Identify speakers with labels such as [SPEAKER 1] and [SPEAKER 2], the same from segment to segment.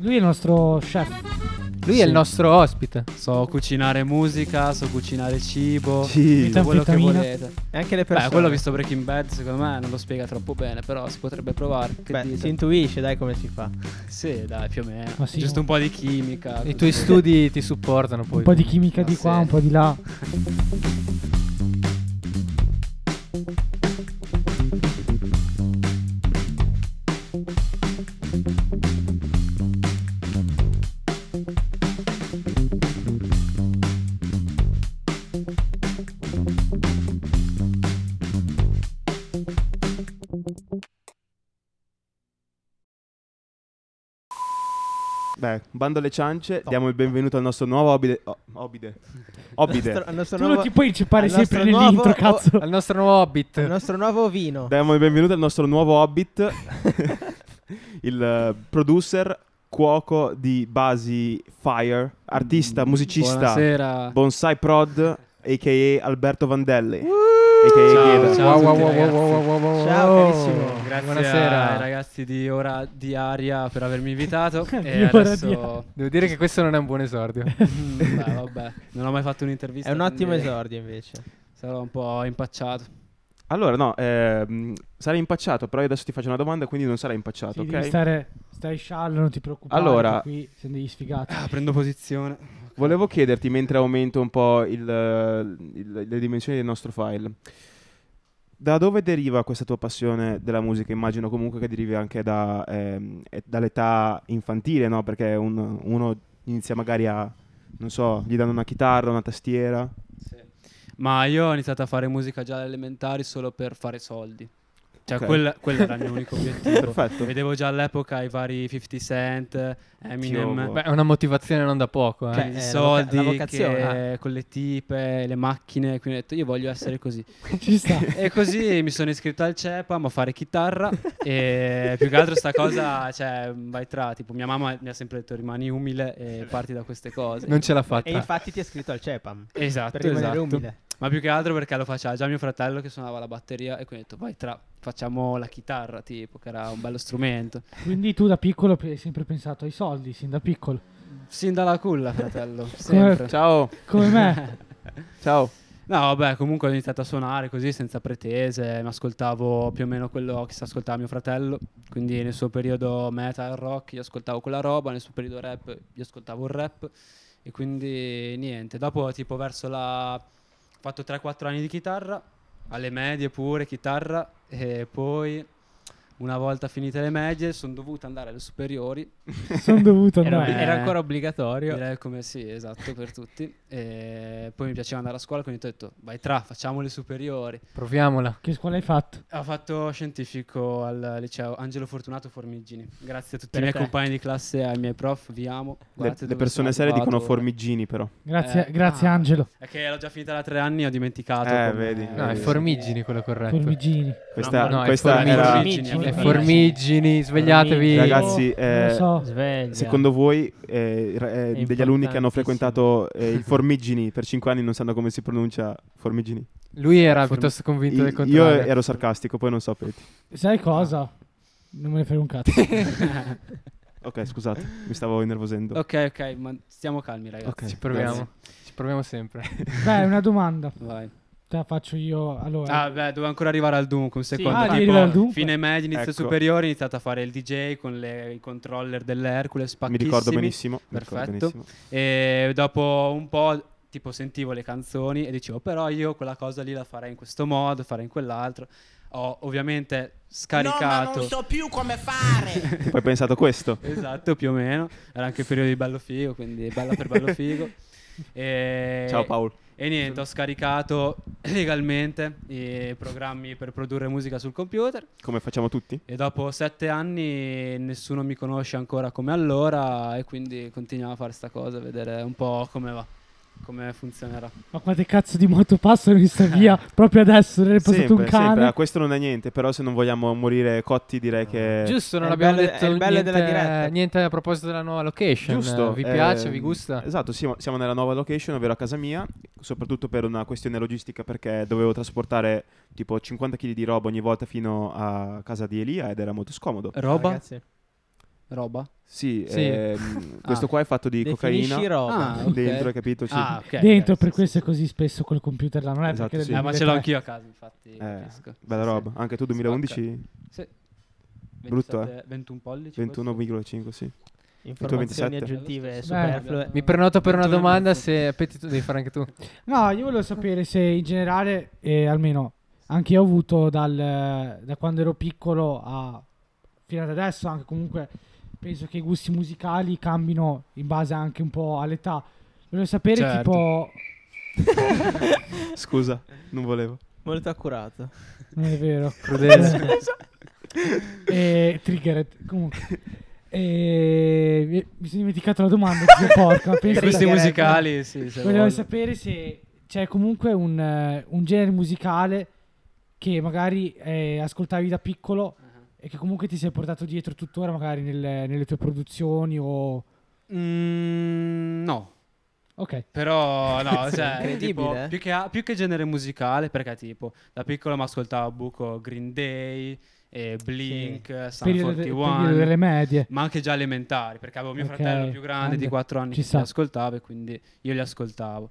[SPEAKER 1] Lui è il nostro chef.
[SPEAKER 2] Lui è il nostro ospite.
[SPEAKER 3] So cucinare musica, so cucinare cibo.
[SPEAKER 1] Sì.
[SPEAKER 3] tutto quello che
[SPEAKER 1] Metanfetamina.
[SPEAKER 3] volete.
[SPEAKER 4] E anche le persone.
[SPEAKER 3] Beh, quello ho visto Breaking Bad, secondo me non lo spiega troppo bene, però si potrebbe provare. Che
[SPEAKER 4] Beh,
[SPEAKER 3] dite?
[SPEAKER 4] si intuisce, dai, come si fa.
[SPEAKER 3] Sì, dai, più o meno.
[SPEAKER 1] Ma sì.
[SPEAKER 3] Giusto un po' di chimica.
[SPEAKER 2] I
[SPEAKER 3] così.
[SPEAKER 2] tuoi studi ti supportano poi.
[SPEAKER 1] Un po' di chimica di
[SPEAKER 3] Ah,
[SPEAKER 1] qua,
[SPEAKER 3] sì.
[SPEAKER 1] un po' di là.
[SPEAKER 5] Beh, bando alle ciance, diamo il benvenuto al nostro nuovo obide. o- obide. Obide.
[SPEAKER 4] Nostro- al nostro
[SPEAKER 1] Tu non
[SPEAKER 4] nuovo-
[SPEAKER 1] ti puoi inceppare
[SPEAKER 4] al
[SPEAKER 1] sempre
[SPEAKER 4] nostro nuovo-
[SPEAKER 1] nell'intro,
[SPEAKER 4] oh,
[SPEAKER 1] cazzo.
[SPEAKER 2] Al nostro nuovo
[SPEAKER 4] al
[SPEAKER 2] Hobbit.
[SPEAKER 4] nostro nuovo vino.
[SPEAKER 5] Diamo il benvenuto al nostro nuovo hobbit, il eh, producer, cuoco di Basi Fire, artista, musicista,
[SPEAKER 3] Mm, Buonasera.
[SPEAKER 5] bonsai prod, a.k.a. Alberto Vandelli, a.k.a. Gheda.
[SPEAKER 3] ciao, ciao a tutti, ragazzi.
[SPEAKER 4] Ciao, carissimo.
[SPEAKER 3] Oh, Grazie
[SPEAKER 2] Buonasera.
[SPEAKER 3] ai ragazzi di Ora di Aria per avermi invitato.
[SPEAKER 1] Di
[SPEAKER 3] e
[SPEAKER 1] Ora di
[SPEAKER 3] adesso.
[SPEAKER 2] Devo dire che questo non è un buon esordio.
[SPEAKER 3] Mm, beh, vabbè, non ho mai fatto un'intervista.
[SPEAKER 4] È un ottimo
[SPEAKER 3] quindi
[SPEAKER 4] esordio, invece.
[SPEAKER 3] Sarò un po' impacciato.
[SPEAKER 5] Allora, no, ehm, sarai impacciato, però io adesso ti faccio una domanda, quindi non sarai impacciato,
[SPEAKER 1] Sì,
[SPEAKER 5] ok?
[SPEAKER 1] devi stare, stai sciallo, non ti preoccupare.
[SPEAKER 5] Allora-
[SPEAKER 1] che qui siamo degli sfigati.
[SPEAKER 3] Ah, prendo posizione.
[SPEAKER 5] Volevo chiederti, mentre aumento un po' il, eh, il- le dimensioni del nostro file, da dove deriva questa tua passione della musica? Immagino comunque che derivi anche da, ehm, eh, dall'età infantile, no? Perché un- uno inizia magari a, non so, gli danno una chitarra, una tastiera.
[SPEAKER 3] Sì. Ma io ho iniziato a fare musica già alle elementari solo per fare soldi. Cioè,
[SPEAKER 5] Ok.
[SPEAKER 3] quel- quello era il mio unico obiettivo.
[SPEAKER 5] Eh, Perfetto.
[SPEAKER 3] Vedevo già all'epoca i vari 50 Cent, Eminem,
[SPEAKER 5] Dio.
[SPEAKER 2] Beh, è una motivazione non da poco, eh.
[SPEAKER 4] Cioè,
[SPEAKER 3] i
[SPEAKER 4] eh, la voca-
[SPEAKER 3] soldi
[SPEAKER 4] la vocazione. ah.
[SPEAKER 3] che- con le tipe, le macchine. Quindi ho detto, io voglio essere così.
[SPEAKER 1] Ci sta.
[SPEAKER 3] E così mi sono iscritto al CEPAM a fare chitarra e più che altro sta cosa, cioè, vai tra, tipo mia mamma mi ha sempre detto rimani umile e parti da queste cose.
[SPEAKER 2] Non ce l'ha fatta.
[SPEAKER 4] E infatti ti è scritto al CEPAM.
[SPEAKER 3] Ah. Esatto,
[SPEAKER 4] Per rimanere
[SPEAKER 3] esatto.
[SPEAKER 4] umile.
[SPEAKER 3] Ma più che altro perché lo faceva già mio fratello che suonava la batteria e quindi ho detto vai tra, facciamo la chitarra tipo, che era un bello strumento.
[SPEAKER 1] Quindi tu da piccolo hai sempre pensato ai soldi, sin da piccolo.
[SPEAKER 3] Sin dalla culla fratello, sempre.
[SPEAKER 5] Ciao,
[SPEAKER 1] Come me.
[SPEAKER 5] ciao.
[SPEAKER 3] No, vabbè, comunque ho iniziato a suonare così senza pretese, mi ascoltavo più o meno quello che si ascoltava mio fratello, quindi nel suo periodo metal rock io ascoltavo quella roba, nel suo periodo rap io ascoltavo il rap e quindi niente, dopo tipo verso la... ho fatto 3-4 anni di chitarra, alle medie pure chitarra e poi una volta finite le medie sono dovuto andare alle superiori
[SPEAKER 1] Sono dovuto
[SPEAKER 4] Era,
[SPEAKER 1] andare.
[SPEAKER 3] Eh,
[SPEAKER 4] era ancora obbligatorio.
[SPEAKER 3] Direi come sì, esatto, per tutti. E poi mi piaceva andare a scuola, quindi ho detto, vai tra, facciamo le superiori.
[SPEAKER 2] Proviamola.
[SPEAKER 1] Che scuola hai fatto?
[SPEAKER 3] Ho fatto scientifico al liceo Angelo Fortunato Formigini. Grazie a tutti
[SPEAKER 4] Per
[SPEAKER 3] i miei
[SPEAKER 4] te.
[SPEAKER 3] compagni di classe e ai miei prof, vi amo.
[SPEAKER 5] Le,
[SPEAKER 3] Guardate
[SPEAKER 5] le
[SPEAKER 3] dove
[SPEAKER 5] persone
[SPEAKER 3] sono
[SPEAKER 5] serie dicono
[SPEAKER 3] arrivato.
[SPEAKER 5] formigini, però.
[SPEAKER 1] Grazie,
[SPEAKER 3] Eh,
[SPEAKER 1] grazie
[SPEAKER 3] ah.
[SPEAKER 1] Angelo.
[SPEAKER 3] È che l'ho già finita da tre anni e ho dimenticato.
[SPEAKER 5] Eh,
[SPEAKER 3] come-
[SPEAKER 5] vedi.
[SPEAKER 2] No, è
[SPEAKER 5] Eh, sì.
[SPEAKER 2] Formigini quello corretto.
[SPEAKER 1] Formigini.
[SPEAKER 5] Questa,
[SPEAKER 2] no, è
[SPEAKER 5] questa
[SPEAKER 2] formigini.
[SPEAKER 5] era...
[SPEAKER 3] Formigini,
[SPEAKER 2] È Formigini, svegliatevi.
[SPEAKER 5] Ragazzi,
[SPEAKER 1] Non
[SPEAKER 5] eh,
[SPEAKER 1] lo so.
[SPEAKER 4] Sveglia.
[SPEAKER 5] Secondo voi, eh, ra- eh, degli alunni che hanno
[SPEAKER 4] importantissimo.
[SPEAKER 5] frequentato eh, il Formigini per 5 anni non sanno come si pronuncia Formigini?
[SPEAKER 2] Lui era
[SPEAKER 5] Formi-
[SPEAKER 2] piuttosto convinto
[SPEAKER 5] I-
[SPEAKER 2] del
[SPEAKER 5] io
[SPEAKER 2] contrario.
[SPEAKER 5] ero sarcastico, poi non so Peti.
[SPEAKER 1] Sai cosa?
[SPEAKER 3] Ah.
[SPEAKER 1] Non me ne frega un cazzo.
[SPEAKER 5] Ok, scusate, mi stavo innervosendo.
[SPEAKER 3] Ok, ok, ma stiamo calmi ragazzi.
[SPEAKER 5] Ok,
[SPEAKER 2] Ci proviamo.
[SPEAKER 5] grazie.
[SPEAKER 2] Ci proviamo sempre.
[SPEAKER 1] Beh, una domanda.
[SPEAKER 3] Vai.
[SPEAKER 1] Te la faccio io allora.
[SPEAKER 3] Ah, beh, devo ancora arrivare al dunque un secondo.
[SPEAKER 1] ah, devi
[SPEAKER 3] tipo,
[SPEAKER 1] arrivare al dunque.
[SPEAKER 3] Fine medio, inizio
[SPEAKER 5] Ecco.
[SPEAKER 3] superiore, ho iniziato a fare il DJ con le- i controller dell'Hercules,
[SPEAKER 5] Mi ricordo
[SPEAKER 3] pacchissimi.
[SPEAKER 5] benissimo. mi ricordo
[SPEAKER 3] Perfetto.
[SPEAKER 5] benissimo.
[SPEAKER 3] E dopo un po', tipo, sentivo le canzoni e dicevo, però io quella cosa lì la farei in questo modo, farei in quell'altro. Ho ovviamente
[SPEAKER 6] No, ma
[SPEAKER 3] scaricato.
[SPEAKER 6] non so più come fare.
[SPEAKER 5] E poi ho pensato questo.
[SPEAKER 3] Esatto, più o meno. Era anche il periodo di bello figo, quindi bella per bello figo. E...
[SPEAKER 5] Ciao Paolo.
[SPEAKER 3] E niente, ho scaricato legalmente i programmi per produrre musica sul computer.
[SPEAKER 5] Come facciamo tutti?
[SPEAKER 3] E dopo sette anni nessuno mi conosce ancora come allora e quindi continuiamo a fare sta cosa, a vedere un po' come va, come funzionerà.
[SPEAKER 1] Ma quante cazzo di moto passano in sta via proprio adesso? Ne è passato
[SPEAKER 5] Sempre,
[SPEAKER 1] un cane.
[SPEAKER 5] sempre. Ah, questo non è niente, però se non vogliamo morire cotti direi che...
[SPEAKER 2] Giusto, non
[SPEAKER 4] È il
[SPEAKER 2] abbiamo
[SPEAKER 4] bello-
[SPEAKER 2] detto
[SPEAKER 4] è il bello
[SPEAKER 2] niente,
[SPEAKER 4] della diretta.
[SPEAKER 2] niente a proposito della nuova location.
[SPEAKER 5] Giusto,
[SPEAKER 2] Vi
[SPEAKER 5] eh,
[SPEAKER 2] piace, vi gusta?
[SPEAKER 5] Esatto, siamo, siamo nella nuova location, ovvero a casa mia, soprattutto per una questione logistica perché dovevo trasportare tipo
[SPEAKER 3] Eh,
[SPEAKER 5] 50 kg di roba ogni volta fino a casa di Elia ed era molto scomodo.
[SPEAKER 3] Roba?
[SPEAKER 4] Ragazzi,
[SPEAKER 3] roba?
[SPEAKER 5] Sì,
[SPEAKER 2] Sì.
[SPEAKER 5] ehm, questo qua è fatto di cocaina
[SPEAKER 4] Definisci roba.
[SPEAKER 3] Ah, ok.
[SPEAKER 5] dentro, hai capito? Sì.
[SPEAKER 3] Ah, ok.
[SPEAKER 1] Dentro,
[SPEAKER 3] ok,
[SPEAKER 1] per
[SPEAKER 3] sì,
[SPEAKER 1] questo
[SPEAKER 3] sì,
[SPEAKER 1] è così spesso quol computer là, non è
[SPEAKER 5] Esatto,
[SPEAKER 1] perché...
[SPEAKER 5] sì.
[SPEAKER 1] del
[SPEAKER 3] Eh, ma ce l'ho
[SPEAKER 1] 2003.
[SPEAKER 3] anch'io a casa, infatti.
[SPEAKER 5] Eh,
[SPEAKER 3] capisco. Sì, sì.
[SPEAKER 5] bella rombra roba. Anche tu
[SPEAKER 3] Spacca.
[SPEAKER 5] 2011?
[SPEAKER 3] Sì.
[SPEAKER 5] Brutto, eh.
[SPEAKER 3] 27 21 pollici.
[SPEAKER 5] 21,5 sì.
[SPEAKER 4] Informazioni
[SPEAKER 5] 27.
[SPEAKER 4] aggiuntive
[SPEAKER 1] Beh,
[SPEAKER 4] superflue.
[SPEAKER 2] Mi prenoto per una
[SPEAKER 3] 21 e
[SPEAKER 2] domanda
[SPEAKER 3] mezzo.
[SPEAKER 2] se Petti tu devi fare anche tu.
[SPEAKER 1] No, io volevo sapere se in generale, eh, almeno anche io ho avuto dal- da quando ero piccolo a fino ad adesso, anche comunque penso che i gusti musicali cambino in base anche un po' all'età. Volevo sapere
[SPEAKER 3] Certo.
[SPEAKER 1] tipo...
[SPEAKER 5] Scusa, non volevo.
[SPEAKER 4] Molto accurato.
[SPEAKER 1] Non è vero.
[SPEAKER 2] Crudele.
[SPEAKER 1] Eh, triggered, comunque. Eh, mi- mi sono dimenticato la domanda, zio porca. penso di-
[SPEAKER 3] Eh, Questi
[SPEAKER 4] Triggered.
[SPEAKER 3] musicali, sì, se
[SPEAKER 1] Volevo
[SPEAKER 3] Cioè, voglio.
[SPEAKER 1] sapere se c'è comunque un, eh, un genere musicale che magari eh, ascoltavi da piccolo
[SPEAKER 3] Uh-huh.
[SPEAKER 1] e che comunque ti sei portato dietro tuttora magari nel- nelle tue produzioni o...
[SPEAKER 3] Mm, no.
[SPEAKER 1] Ok.
[SPEAKER 3] Però no,
[SPEAKER 4] Sì,
[SPEAKER 3] cioè,
[SPEAKER 4] incredibile,
[SPEAKER 3] tipo,
[SPEAKER 4] eh.
[SPEAKER 3] più, che, a- più che genere musicale, perché tipo, da piccolo mi ascoltavo a buco Green Day, e Blink, Sun
[SPEAKER 1] Periodo, de-
[SPEAKER 3] 41,
[SPEAKER 1] periodo delle medie.
[SPEAKER 3] ma anche già elementari, perché avevo mio
[SPEAKER 1] Ok,
[SPEAKER 3] fratello più grande
[SPEAKER 1] grande.
[SPEAKER 3] di 4 anni
[SPEAKER 1] Ci
[SPEAKER 3] che
[SPEAKER 1] sta.
[SPEAKER 3] li ascoltava e quindi io li ascoltavo.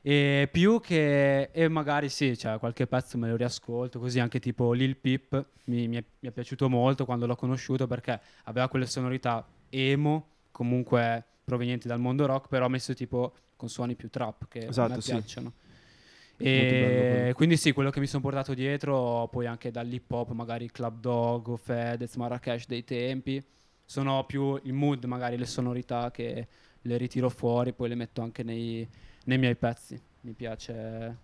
[SPEAKER 3] E più che... E magari sì, cioè qualche pezzo me lo riascolto, così anche tipo Lil Peep mi, mi è, mi è piaciuto molto quando l'ho conosciuto perché aveva quelle sonorità emo, comunque provenienti dal mondo rock, però messo tipo con suoni più trap che a
[SPEAKER 5] Esatto,
[SPEAKER 3] me
[SPEAKER 5] sì.
[SPEAKER 3] piacciono.
[SPEAKER 5] Molto bello
[SPEAKER 3] E
[SPEAKER 5] quello.
[SPEAKER 3] quindi sì, quello che mi sono portato dietro, poi anche dall'hip hop, magari Club Dog, o Fedez, Marrakesh dei tempi, sono più il mood, magari le sonorità che le ritiro fuori, poi le metto anche nei, nei miei pezzi. Mi piace,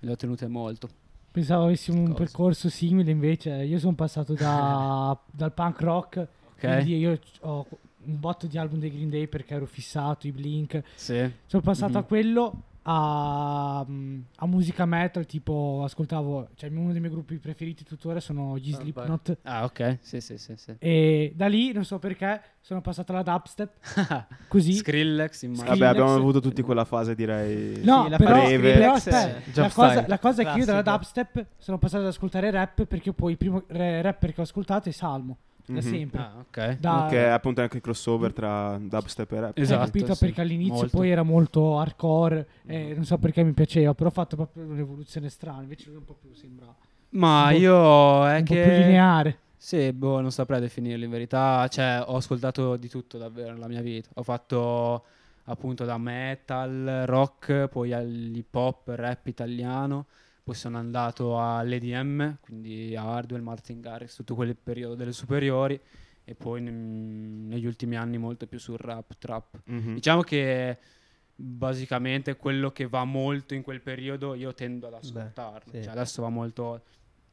[SPEAKER 3] le ho tenute molto.
[SPEAKER 1] Pensavo avessimo un
[SPEAKER 3] Cosa?
[SPEAKER 1] percorso simile invece. Io sono passato da- dal punk rock,
[SPEAKER 3] Ok?
[SPEAKER 1] quindi io ho un botto di album dei Green Day perché ero fissato, i Blink,
[SPEAKER 3] Sì.
[SPEAKER 1] Sono passato a
[SPEAKER 3] Mhm.
[SPEAKER 1] quello a, mm, a musica metal, tipo ascoltavo, cioè uno dei miei gruppi preferiti tuttora sono gli
[SPEAKER 2] Ah,
[SPEAKER 1] Slipknot
[SPEAKER 3] Ah, ok. Sì, sì, sì, sì.
[SPEAKER 1] e da lì non so perché sono passato alla dubstep, così.
[SPEAKER 3] Skrillex, immagino.
[SPEAKER 5] Vabbè, abbiamo
[SPEAKER 1] Skrillex.
[SPEAKER 5] avuto tutti quella fase, direi.
[SPEAKER 1] No,
[SPEAKER 4] Sì, la
[SPEAKER 1] però,
[SPEAKER 5] fase Breve.
[SPEAKER 1] però
[SPEAKER 4] Skrillex
[SPEAKER 1] aspetta,
[SPEAKER 4] è-
[SPEAKER 1] la
[SPEAKER 2] Jump
[SPEAKER 1] cosa,
[SPEAKER 2] style.
[SPEAKER 1] la cosa è che io dalla
[SPEAKER 4] Classico.
[SPEAKER 1] dubstep sono passato ad ascoltare rap perché poi il primo re- rapper che ho ascoltato è Salmo, da
[SPEAKER 5] Mhm.
[SPEAKER 1] sempre.
[SPEAKER 3] Ah, ok.
[SPEAKER 1] Da-
[SPEAKER 5] Che è appunto anche il crossover tra dubstep e rap.
[SPEAKER 1] Hai
[SPEAKER 3] Esatto,
[SPEAKER 1] Eh, capito
[SPEAKER 3] sì.
[SPEAKER 1] perché all'inizio
[SPEAKER 3] Molto. Mhm.
[SPEAKER 1] poi era molto hardcore, eh, non so perché mi piaceva, però ho fatto proprio un'evoluzione strana, invece lui un po' più sembra
[SPEAKER 3] Ma
[SPEAKER 1] Un po'-
[SPEAKER 3] io è
[SPEAKER 1] un
[SPEAKER 3] che...
[SPEAKER 1] po' più lineare.
[SPEAKER 3] Sì, boh, non saprei definirlo in verità. Cioè, ho ascoltato di tutto davvero nella mia vita. Ho fatto appunto da metal, rock, poi all'hip hop, rap italiano. Poi sono andato all'EDM, quindi a Hardwell, Martin Garrix, tutto quel periodo delle superiori. E poi mm, negli ultimi anni molto più sul rap, trap.
[SPEAKER 5] Mhm.
[SPEAKER 3] Diciamo che basicamente quello che va molto in quel periodo io tendo ad ascoltarlo.
[SPEAKER 4] sì.
[SPEAKER 3] Cioè, adesso va molto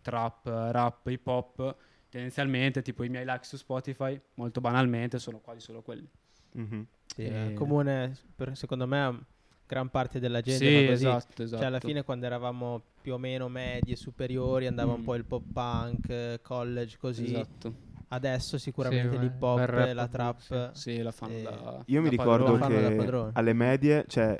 [SPEAKER 3] trap, rap, hip hop. Tendenzialmente, tipo i miei like su Spotify, molto banalmente, sono quasi solo quelli.
[SPEAKER 5] Mhm.
[SPEAKER 4] Sì, è
[SPEAKER 3] Eh.
[SPEAKER 4] comune, per- secondo me, a gran parte della gente.
[SPEAKER 3] sì,
[SPEAKER 4] va così.
[SPEAKER 3] esatto, esatto.
[SPEAKER 4] Cioè, alla fine, quando eravamo più o meno medie, superiori, andava un
[SPEAKER 3] Mm.
[SPEAKER 4] po' il pop punk, eh, college, così.
[SPEAKER 3] Esatto.
[SPEAKER 4] Adesso, sicuramente
[SPEAKER 2] Sì,
[SPEAKER 4] l'hip
[SPEAKER 2] bel
[SPEAKER 4] hop,
[SPEAKER 2] rap,
[SPEAKER 4] la trap.
[SPEAKER 3] Sì, la fanno
[SPEAKER 4] Eh,
[SPEAKER 3] da
[SPEAKER 5] Io mi
[SPEAKER 3] da
[SPEAKER 5] ricordo
[SPEAKER 3] padroni.
[SPEAKER 4] Fanno da padrone.
[SPEAKER 5] che alle medie, cioè,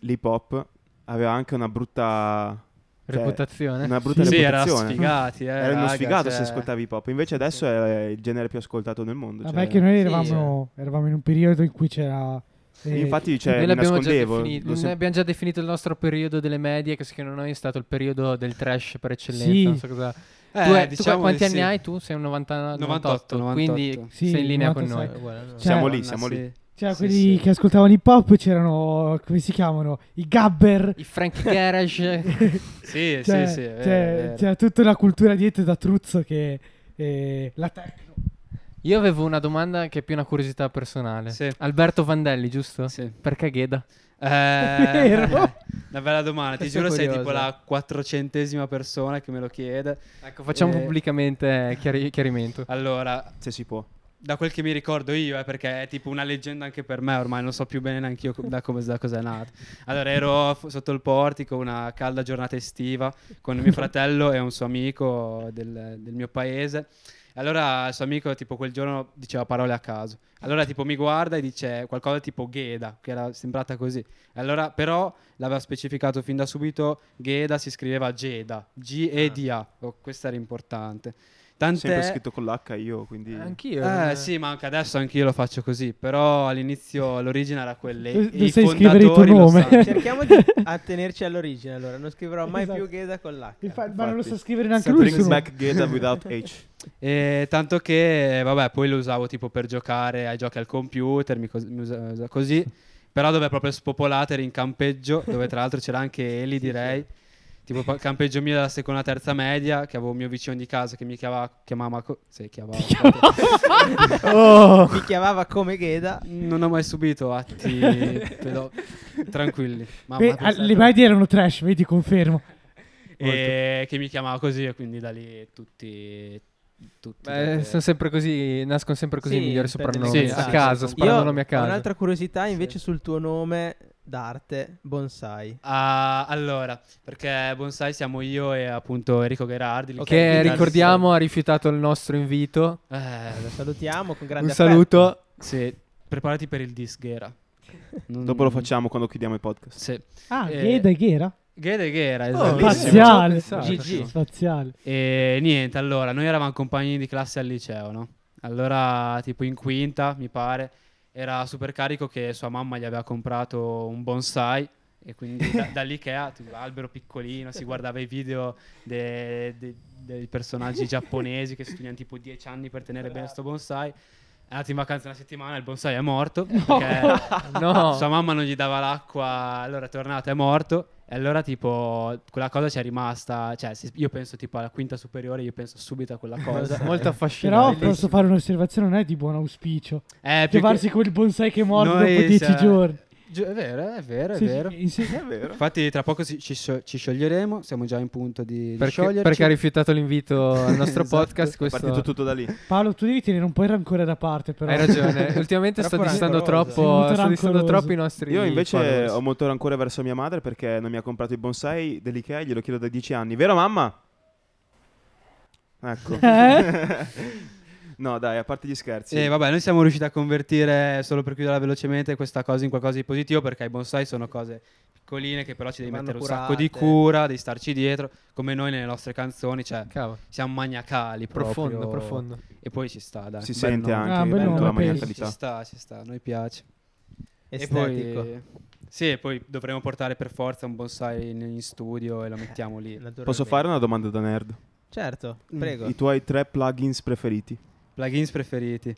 [SPEAKER 5] l'hip hop aveva anche una brutta... cioè,
[SPEAKER 2] Reputazione.
[SPEAKER 5] Una brutta
[SPEAKER 3] Sì, era
[SPEAKER 5] reputazione.
[SPEAKER 3] sfigati, eh,
[SPEAKER 5] Era uno
[SPEAKER 3] raga,
[SPEAKER 5] sfigato se
[SPEAKER 3] cioè.
[SPEAKER 5] ascoltavi hip hop. Invece adesso è il genere più ascoltato nel mondo.
[SPEAKER 1] Vabbè,
[SPEAKER 5] cioè-
[SPEAKER 1] Ah, che noi
[SPEAKER 4] Sì,
[SPEAKER 1] eravamo, eravamo in un periodo in cui c'era. eh,
[SPEAKER 5] Infatti, cioè,
[SPEAKER 2] Noi
[SPEAKER 5] mi
[SPEAKER 2] l'abbiamo già
[SPEAKER 5] nascondevo.
[SPEAKER 2] definito,
[SPEAKER 5] lo sem-
[SPEAKER 2] noi abbiamo già definito il nostro periodo delle medie, che secondo noi è stato il periodo del trash per eccellenza.
[SPEAKER 1] Sì.
[SPEAKER 2] Non so cosa.
[SPEAKER 3] Eh,
[SPEAKER 2] tu, hai- tu
[SPEAKER 3] diciamo
[SPEAKER 2] quanti
[SPEAKER 3] di
[SPEAKER 2] anni
[SPEAKER 3] sì.
[SPEAKER 2] hai tu? Sei un 90
[SPEAKER 3] 98,
[SPEAKER 2] 98, quindi
[SPEAKER 1] Sì,
[SPEAKER 2] sei in linea con
[SPEAKER 1] 97.
[SPEAKER 2] noi.
[SPEAKER 4] Eh, guarda, no.
[SPEAKER 1] Cioè,
[SPEAKER 5] Siamo lì,
[SPEAKER 3] Madonna,
[SPEAKER 5] siamo lì.
[SPEAKER 3] sì.
[SPEAKER 1] c'era
[SPEAKER 3] Sì,
[SPEAKER 1] quelli
[SPEAKER 3] sì.
[SPEAKER 1] che ascoltavano hip hop, c'erano. come si chiamano? I gabber.
[SPEAKER 2] I Frank Garage.
[SPEAKER 3] Sì,
[SPEAKER 1] Cioè,
[SPEAKER 3] sì, sì, è
[SPEAKER 1] cioè,
[SPEAKER 3] vero, è vero.
[SPEAKER 1] c'era tutta una cultura dietro da Truzzo che. eh, la tecno.
[SPEAKER 2] Io avevo una domanda che è più una curiosità personale.
[SPEAKER 3] Sì.
[SPEAKER 2] Alberto Vandelli, giusto?
[SPEAKER 3] Sì.
[SPEAKER 2] Perché Gheda?
[SPEAKER 3] Eh,
[SPEAKER 1] Vero?
[SPEAKER 3] Una bella domanda, ti
[SPEAKER 4] Questo è
[SPEAKER 3] giuro sei
[SPEAKER 4] curioso.
[SPEAKER 3] tipo la quattrocentesima persona che me lo chiede.
[SPEAKER 2] Ecco, facciamo
[SPEAKER 3] Eh.
[SPEAKER 2] pubblicamente chiari- chiarimento.
[SPEAKER 3] Allora,
[SPEAKER 5] Se si può.
[SPEAKER 3] da quel che mi ricordo io, eh, perché è tipo una leggenda anche per me, ormai non so più bene neanche io co- da, come, da cosa è nato. Allora, ero fu- sotto il portico una calda giornata estiva con mio fratello e un suo amico del, del mio paese. Allora il suo amico tipo quel giorno diceva parole a caso. Allora tipo mi guarda e dice qualcosa tipo Gheda, che era sembrata così. Allora però l'aveva specificato fin da subito, Gheda si scriveva Geda, G-E-D-A, Oh, questo era importante.
[SPEAKER 5] Sempre
[SPEAKER 3] Tant'è
[SPEAKER 5] scritto con l'H io, quindi...
[SPEAKER 2] Anch'io.
[SPEAKER 3] Eh, sì, ma anche adesso anch'io lo faccio così. Però all'inizio l'origine era quella.
[SPEAKER 1] Tu-
[SPEAKER 3] e
[SPEAKER 1] tu
[SPEAKER 3] i
[SPEAKER 1] sai scrivere Eh, il tuo
[SPEAKER 3] fondatori lo
[SPEAKER 1] nome.
[SPEAKER 3] sanno.
[SPEAKER 4] Cerchiamo di attenerci all'origine allora, non scriverò mai
[SPEAKER 1] Esatto.
[SPEAKER 4] più Gheda con l'H.
[SPEAKER 1] Infatti, ma non lo
[SPEAKER 5] infatti.
[SPEAKER 1] sa scrivere neanche lui.
[SPEAKER 5] Brings
[SPEAKER 1] secondo me.
[SPEAKER 5] back Geda without H.
[SPEAKER 3] E tanto che, vabbè, poi lo usavo tipo per giocare ai giochi al computer, mi cos- mi usa- usa- così. Però dove proprio spopolate, eri in campeggio, dove tra l'altro c'era anche Eli, direi. Tipo pa- campeggio mio della seconda terza media, che avevo un mio vicino di casa che mi chiamava... chiamava co- sì, chiamava...
[SPEAKER 1] Oh.
[SPEAKER 4] Mi chiamava come Gheda.
[SPEAKER 3] non ho mai subito atti... pedo- tranquilli. Mamma,
[SPEAKER 1] Beh, ah,
[SPEAKER 3] pensate-
[SPEAKER 1] le medie erano trash, vedi, confermo.
[SPEAKER 3] e che mi chiamava così e quindi da lì tutti... tutti
[SPEAKER 2] Beh,
[SPEAKER 3] delle-
[SPEAKER 2] Eh, sono sempre così, nascono sempre così
[SPEAKER 4] Sì,
[SPEAKER 2] i migliori
[SPEAKER 4] dipende
[SPEAKER 2] soprannomi.
[SPEAKER 3] dai
[SPEAKER 2] Sì, a
[SPEAKER 3] casi.
[SPEAKER 2] caso,
[SPEAKER 3] Io-
[SPEAKER 2] sparano nomi a
[SPEAKER 4] Io ho
[SPEAKER 2] caso.
[SPEAKER 4] un'altra curiosità invece sul tuo nome d'arte, Bonsai.
[SPEAKER 3] Ah, allora, perché Bonsai siamo io e appunto Enrico Gherardi. il
[SPEAKER 2] Che
[SPEAKER 3] chitarrista.
[SPEAKER 2] ricordiamo ha rifiutato il nostro invito.
[SPEAKER 3] Eh,
[SPEAKER 4] Lo salutiamo con grande
[SPEAKER 2] Un saluto.
[SPEAKER 3] sì, preparati per il dis Ghera. Non-
[SPEAKER 5] Dopo lo facciamo quando chiudiamo il podcast.
[SPEAKER 3] Sì.
[SPEAKER 1] Ah,
[SPEAKER 3] Eh,
[SPEAKER 1] Gheda e Ghera?
[SPEAKER 3] Ghera e Ghera,
[SPEAKER 2] Oh,
[SPEAKER 3] esatto.
[SPEAKER 2] bellissimo.
[SPEAKER 1] Spaziale.
[SPEAKER 2] Ciao,
[SPEAKER 4] GG.
[SPEAKER 1] Spaziale.
[SPEAKER 3] E niente, allora, noi eravamo compagni di classe al liceo, no? Allora, tipo in quinta, mi pare, era super carico che sua mamma gli aveva comprato un bonsai e quindi da- dall'Ikea, tipo, albero piccolino, si guardava i video de- de- dei personaggi giapponesi che studiano tipo 10 anni per tenere bene sto bonsai. È andato in vacanza una settimana, il bonsai è morto perché
[SPEAKER 1] Oh.
[SPEAKER 2] No.
[SPEAKER 3] sua mamma non gli dava l'acqua, allora è tornato, è morto. E allora, tipo, quella cosa ci è rimasta. Cioè, se io penso tipo alla quinta superiore, io penso subito a quella cosa.
[SPEAKER 2] Molto
[SPEAKER 1] Però
[SPEAKER 2] affascinante.
[SPEAKER 1] posso fare un'osservazione, non è di buon auspicio.
[SPEAKER 3] Eh, più
[SPEAKER 1] Giovarsi
[SPEAKER 3] che-
[SPEAKER 1] quel bonsai che è morto
[SPEAKER 3] Noi
[SPEAKER 1] dopo dieci
[SPEAKER 3] siamo-
[SPEAKER 1] giorni.
[SPEAKER 3] Gio- È vero, è vero, è
[SPEAKER 1] Sì, sì,
[SPEAKER 3] vero.
[SPEAKER 1] in se- eh,
[SPEAKER 3] Infatti, tra poco si- ci, sciol- ci scioglieremo. Siamo già in punto di, di
[SPEAKER 2] Perché,
[SPEAKER 3] scioglierci.
[SPEAKER 2] perché ha rifiutato l'invito al nostro
[SPEAKER 3] Esatto.
[SPEAKER 2] podcast.
[SPEAKER 5] È partito
[SPEAKER 2] Questo...
[SPEAKER 5] tutto da lì.
[SPEAKER 1] Paolo, tu devi tenere un po' il rancore da parte, però.
[SPEAKER 2] Hai ragione. Ultimamente sto
[SPEAKER 4] Troppo
[SPEAKER 2] distando
[SPEAKER 4] rancoroso.
[SPEAKER 1] Sei
[SPEAKER 2] troppo.
[SPEAKER 1] molto
[SPEAKER 2] Sto distando
[SPEAKER 1] rancoroso.
[SPEAKER 2] troppo i nostri.
[SPEAKER 5] Io invece
[SPEAKER 2] followers.
[SPEAKER 5] ho molto rancore verso mia madre perché non mi ha comprato i bonsai dell'Ikea e glielo chiedo da dieci anni. Vero mamma? Ecco.
[SPEAKER 1] Eh?
[SPEAKER 5] no dai, a parte gli scherzi.
[SPEAKER 3] E vabbè, noi siamo riusciti a convertire solo per chiuderla velocemente questa cosa in qualcosa di positivo perché i bonsai sono cose piccoline che però ci devi
[SPEAKER 4] Vanno
[SPEAKER 3] mettere un sacco
[SPEAKER 4] curate.
[SPEAKER 3] di cura, devi starci dietro, come noi nelle nostre canzoni, cioè
[SPEAKER 2] Cavolo,
[SPEAKER 3] siamo maniacali proprio.
[SPEAKER 2] profondo, profondo.
[SPEAKER 3] E poi ci sta, dai.
[SPEAKER 5] si
[SPEAKER 3] Bel
[SPEAKER 5] sente
[SPEAKER 3] nome.
[SPEAKER 1] Ah,
[SPEAKER 5] anche
[SPEAKER 1] bel
[SPEAKER 5] appunto,
[SPEAKER 1] nome,
[SPEAKER 5] la
[SPEAKER 1] penso.
[SPEAKER 5] maniacalità.
[SPEAKER 3] Ci sta, ci sta, a noi piace.
[SPEAKER 4] Estetico.
[SPEAKER 3] E poi Sì, e poi dovremo portare per forza un bonsai in, in studio e lo mettiamo lì.
[SPEAKER 4] naturalmente.
[SPEAKER 5] Posso fare una domanda da nerd?
[SPEAKER 4] Certo, prego.
[SPEAKER 5] I tuoi tre plugins preferiti?
[SPEAKER 3] Plugins preferiti.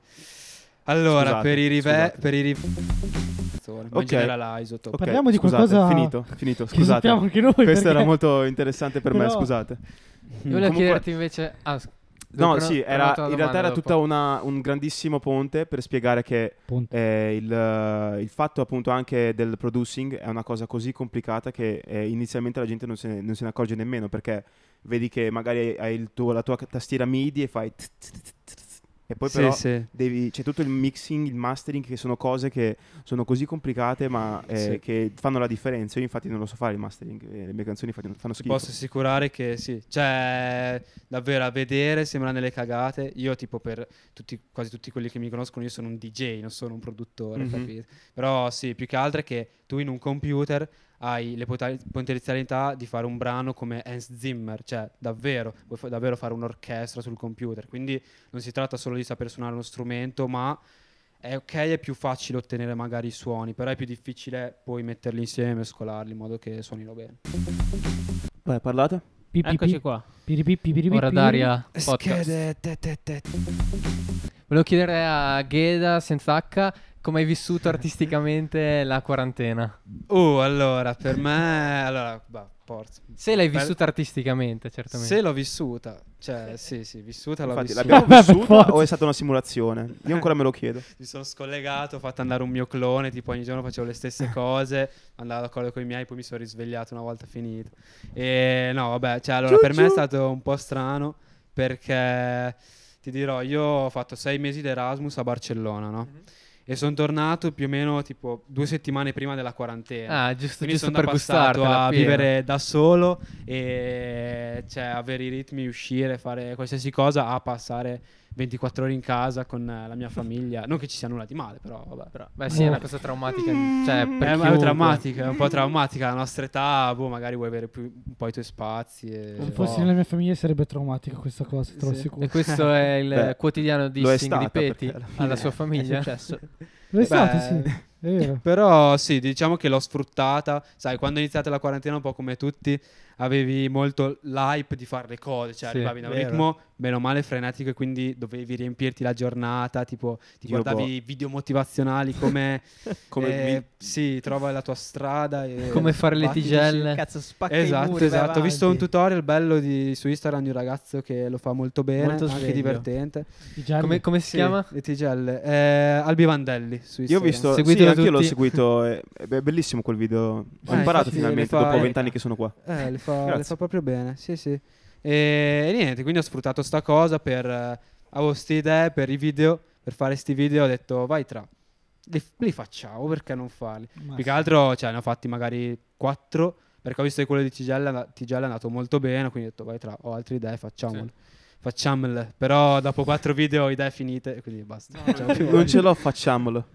[SPEAKER 3] Allora,
[SPEAKER 5] Scusate,
[SPEAKER 3] per i rive,
[SPEAKER 5] scusate.
[SPEAKER 3] per i rive... ma
[SPEAKER 5] Ok.
[SPEAKER 3] in generale Isotop.
[SPEAKER 5] Ok,
[SPEAKER 1] Parliamo di
[SPEAKER 5] scusate,
[SPEAKER 1] qualcosa
[SPEAKER 5] Finito, finito,
[SPEAKER 1] Che
[SPEAKER 5] scusate.
[SPEAKER 1] sappiamo anche noi.
[SPEAKER 5] Questo
[SPEAKER 1] perché-
[SPEAKER 5] era molto interessante per me,
[SPEAKER 1] Però-
[SPEAKER 5] scusate.
[SPEAKER 2] Io volevo
[SPEAKER 5] Comunque-
[SPEAKER 2] chiederti invece. ah, s-
[SPEAKER 5] No,
[SPEAKER 2] però-
[SPEAKER 5] sì,
[SPEAKER 2] però
[SPEAKER 5] era,
[SPEAKER 2] la tua
[SPEAKER 5] in
[SPEAKER 2] domanda
[SPEAKER 5] realtà era
[SPEAKER 2] dopo.
[SPEAKER 5] tutta una- un grandissimo ponte per spiegare che
[SPEAKER 1] Punto.
[SPEAKER 5] Eh, il, eh, il fatto appunto anche del producing è una cosa così complicata che eh, inizialmente la gente non se, ne, non se ne accorge nemmeno perché vedi che magari hai il tuo- la tua tastiera MIDI e fai tsk, tsk, tsk, tsk, tsk, e poi
[SPEAKER 3] Sì,
[SPEAKER 5] però
[SPEAKER 3] sì.
[SPEAKER 5] devi- c'è tutto il mixing, il mastering che sono cose che sono così complicate ma eh,
[SPEAKER 3] Sì.
[SPEAKER 5] che fanno la differenza. Io infatti non lo so fare il mastering, eh, le mie canzoni fanno, fanno
[SPEAKER 3] Ti
[SPEAKER 5] schifo.
[SPEAKER 3] posso assicurare che sì, cioè davvero a vedere sembra nelle cagate. Io tipo per tutti, quasi tutti quelli che mi conoscono, io sono un DJ, non sono un produttore,
[SPEAKER 5] Mhm.
[SPEAKER 3] capito? Però sì, più che altro è che tu in un computer hai le pota- potenzialità di fare un brano come Hans Zimmer, cioè davvero, puoi fa- davvero fare un'orchestra sul computer. Quindi non si tratta solo di saper suonare uno strumento, ma è ok, è più facile ottenere magari i suoni, però è più difficile poi metterli insieme e mescolarli in modo che suonino bene.
[SPEAKER 5] Vai, parlate?
[SPEAKER 1] Pi, pi,
[SPEAKER 4] Eccoci
[SPEAKER 1] pi,
[SPEAKER 4] qua.
[SPEAKER 1] piripi, piripi,
[SPEAKER 2] Ora
[SPEAKER 1] piripi.
[SPEAKER 2] d'aria
[SPEAKER 1] Eh,
[SPEAKER 2] podcast.
[SPEAKER 3] Schede, te, te, te.
[SPEAKER 2] Volevo chiedere a Gheda senza H come hai vissuto artisticamente la quarantena.
[SPEAKER 3] Oh, allora, per me... Allora, bah, porca.
[SPEAKER 2] Se l'hai
[SPEAKER 3] Per-
[SPEAKER 2] vissuta artisticamente, certamente.
[SPEAKER 3] Se l'ho vissuta, cioè, sì, sì, vissuta l'ho
[SPEAKER 5] Infatti,
[SPEAKER 3] vissuta.
[SPEAKER 5] l'abbiamo
[SPEAKER 1] Vabbè, per
[SPEAKER 5] vissuta
[SPEAKER 1] forza.
[SPEAKER 5] o è stata una simulazione? Io ancora me lo chiedo.
[SPEAKER 3] Mi sono scollegato, ho fatto andare un mio clone, tipo ogni giorno facevo le stesse cose, andavo d'accordo con i miei, poi mi sono risvegliato una volta finito. E no, vabbè, cioè, allora, per me è stato un po' strano perché ti dirò, io ho fatto sei mesi d'Erasmus a Barcellona, no? E sono tornato più o meno tipo due settimane prima della quarantena.
[SPEAKER 2] Ah, giusto,
[SPEAKER 3] Quindi
[SPEAKER 2] giusto
[SPEAKER 3] sono
[SPEAKER 2] per
[SPEAKER 3] passato
[SPEAKER 2] gustartela
[SPEAKER 3] a
[SPEAKER 2] piena.
[SPEAKER 3] vivere da solo e cioè avere i ritmi, uscire, fare qualsiasi cosa, a passare 24 ore in casa con eh, la mia famiglia. Non che ci sia nulla di male, però vabbè.
[SPEAKER 4] Però-
[SPEAKER 2] Beh, sì, è una cosa traumatica. Cioè,
[SPEAKER 1] Mm,
[SPEAKER 2] per
[SPEAKER 3] Eh, ma è
[SPEAKER 2] chiunque.
[SPEAKER 3] drammatica, è un po' traumatica. La nostra età, boh, magari vuoi avere più, un po' i tuoi spazi. E...
[SPEAKER 1] Se
[SPEAKER 3] un po'.
[SPEAKER 1] fossi nella mia famiglia sarebbe traumatica questa cosa, te lo
[SPEAKER 3] Sì. Eh,
[SPEAKER 1] assicuro.
[SPEAKER 2] E questo è il
[SPEAKER 5] Beh,
[SPEAKER 2] quotidiano di
[SPEAKER 5] lo è
[SPEAKER 2] Sing di
[SPEAKER 5] stata,
[SPEAKER 2] Peti
[SPEAKER 5] perché alla fine
[SPEAKER 2] alla sua famiglia.
[SPEAKER 4] È successo.
[SPEAKER 1] Lo è stato,
[SPEAKER 3] Beh.
[SPEAKER 1] sì. È vero.
[SPEAKER 3] Però sì, diciamo che l'ho sfruttata. Sai, quando è iniziata la quarantena, un po' come tutti, avevi molto l'hype di fare le cose. Cioè,
[SPEAKER 2] Sì,
[SPEAKER 3] arrivavi in un
[SPEAKER 4] vero.
[SPEAKER 3] ritmo meno male frenatico e quindi dovevi riempirti la giornata. Tipo, ti
[SPEAKER 5] Dio
[SPEAKER 3] guardavi video motivazionali come.
[SPEAKER 5] Come
[SPEAKER 3] eh,
[SPEAKER 5] mi-
[SPEAKER 3] Sì, trova la tua strada. e-
[SPEAKER 2] Come fare le
[SPEAKER 3] Battiti,
[SPEAKER 2] tigelle.
[SPEAKER 4] Cazzo, spacca i
[SPEAKER 3] Esatto,
[SPEAKER 4] muri, vai
[SPEAKER 3] esatto. Ho visto un
[SPEAKER 4] avanti.
[SPEAKER 3] tutorial bello di- su Instagram di un ragazzo che lo fa molto bene,
[SPEAKER 4] Molto
[SPEAKER 3] anche
[SPEAKER 4] sveglio.
[SPEAKER 3] divertente.
[SPEAKER 1] Gianni,
[SPEAKER 2] Come, come si
[SPEAKER 3] Sì,
[SPEAKER 2] chiama?
[SPEAKER 3] Le tigelle. Eh, Albi Vandelli su Instagram.
[SPEAKER 5] Io ho visto, sì,
[SPEAKER 2] Seguitelo
[SPEAKER 5] anch'io l'ho
[SPEAKER 2] tutti.
[SPEAKER 5] seguito, è, è bellissimo quel video. Ho
[SPEAKER 3] Eh,
[SPEAKER 5] imparato
[SPEAKER 3] infatti,
[SPEAKER 5] finalmente
[SPEAKER 3] le fa-
[SPEAKER 5] dopo vent'anni che sono qua.
[SPEAKER 3] Eh, le fa,
[SPEAKER 5] Grazie.
[SPEAKER 3] le fa proprio bene, sì, sì. E, e niente, quindi ho sfruttato sta cosa per... eh, avevo ste idee per i video, per fare sti video, ho detto vai tra, li, li facciamo, perché non farli?
[SPEAKER 1] Ma
[SPEAKER 3] Più
[SPEAKER 1] sì.
[SPEAKER 3] che altro, cioè, ne ho fatti magari quattro, perché ho visto che quello di Tigella, Tigella è andato molto bene, quindi ho detto vai tra, ho altre idee, facciamole. Facciamole. Però dopo quattro video idee finite, quindi basta. Cioè, non facciamo più.
[SPEAKER 5] Non ce l'ho, facciamolo.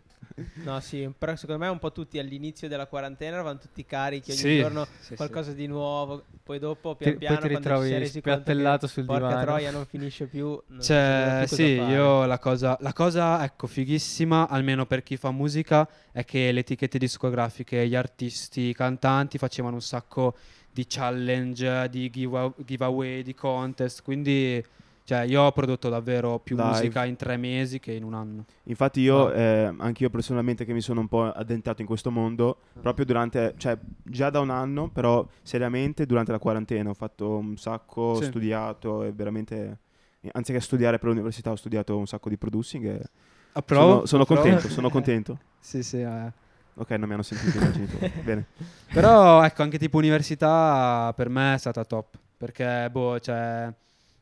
[SPEAKER 4] No, sì, però secondo me un po' tutti all'inizio della quarantena eravamo tutti carichi, ogni
[SPEAKER 3] Sì,
[SPEAKER 4] giorno
[SPEAKER 3] sì, sì.
[SPEAKER 4] qualcosa di nuovo, poi dopo
[SPEAKER 2] Ti-
[SPEAKER 4] pian
[SPEAKER 2] poi
[SPEAKER 4] piano
[SPEAKER 2] ti
[SPEAKER 4] quando
[SPEAKER 2] ritrovi
[SPEAKER 4] ci si è resi conto che,
[SPEAKER 2] spiattellato sul
[SPEAKER 4] porca
[SPEAKER 2] divano.
[SPEAKER 4] troia non finisce più. non si sa
[SPEAKER 3] Cioè,
[SPEAKER 4] più cosa
[SPEAKER 3] sì,
[SPEAKER 4] fare.
[SPEAKER 3] io la cosa, la cosa, ecco, fighissima, almeno per chi fa musica, è che le etichette discografiche, gli artisti, i cantanti facevano un sacco di challenge, di giveaw- giveaway, di contest, quindi, cioè, io ho prodotto davvero più
[SPEAKER 5] Live.
[SPEAKER 3] musica in tre mesi che in un anno.
[SPEAKER 5] Infatti io,
[SPEAKER 3] Ah.
[SPEAKER 5] eh, anch'io personalmente che mi sono un po' addentrato in questo mondo, proprio durante, cioè già da un anno, però seriamente durante la quarantena ho fatto un sacco, ho
[SPEAKER 3] Sì.
[SPEAKER 5] studiato e veramente, anziché studiare per l'università ho studiato un sacco di producing e
[SPEAKER 3] Approvo?
[SPEAKER 5] sono, sono
[SPEAKER 3] Approvo?
[SPEAKER 5] contento, sono contento.
[SPEAKER 3] Sì, sì, eh.
[SPEAKER 5] Ok, non mi hanno sentito i miei genitori. Bene.
[SPEAKER 3] Però ecco, anche tipo università per me è stata top. Perché, boh, cioè,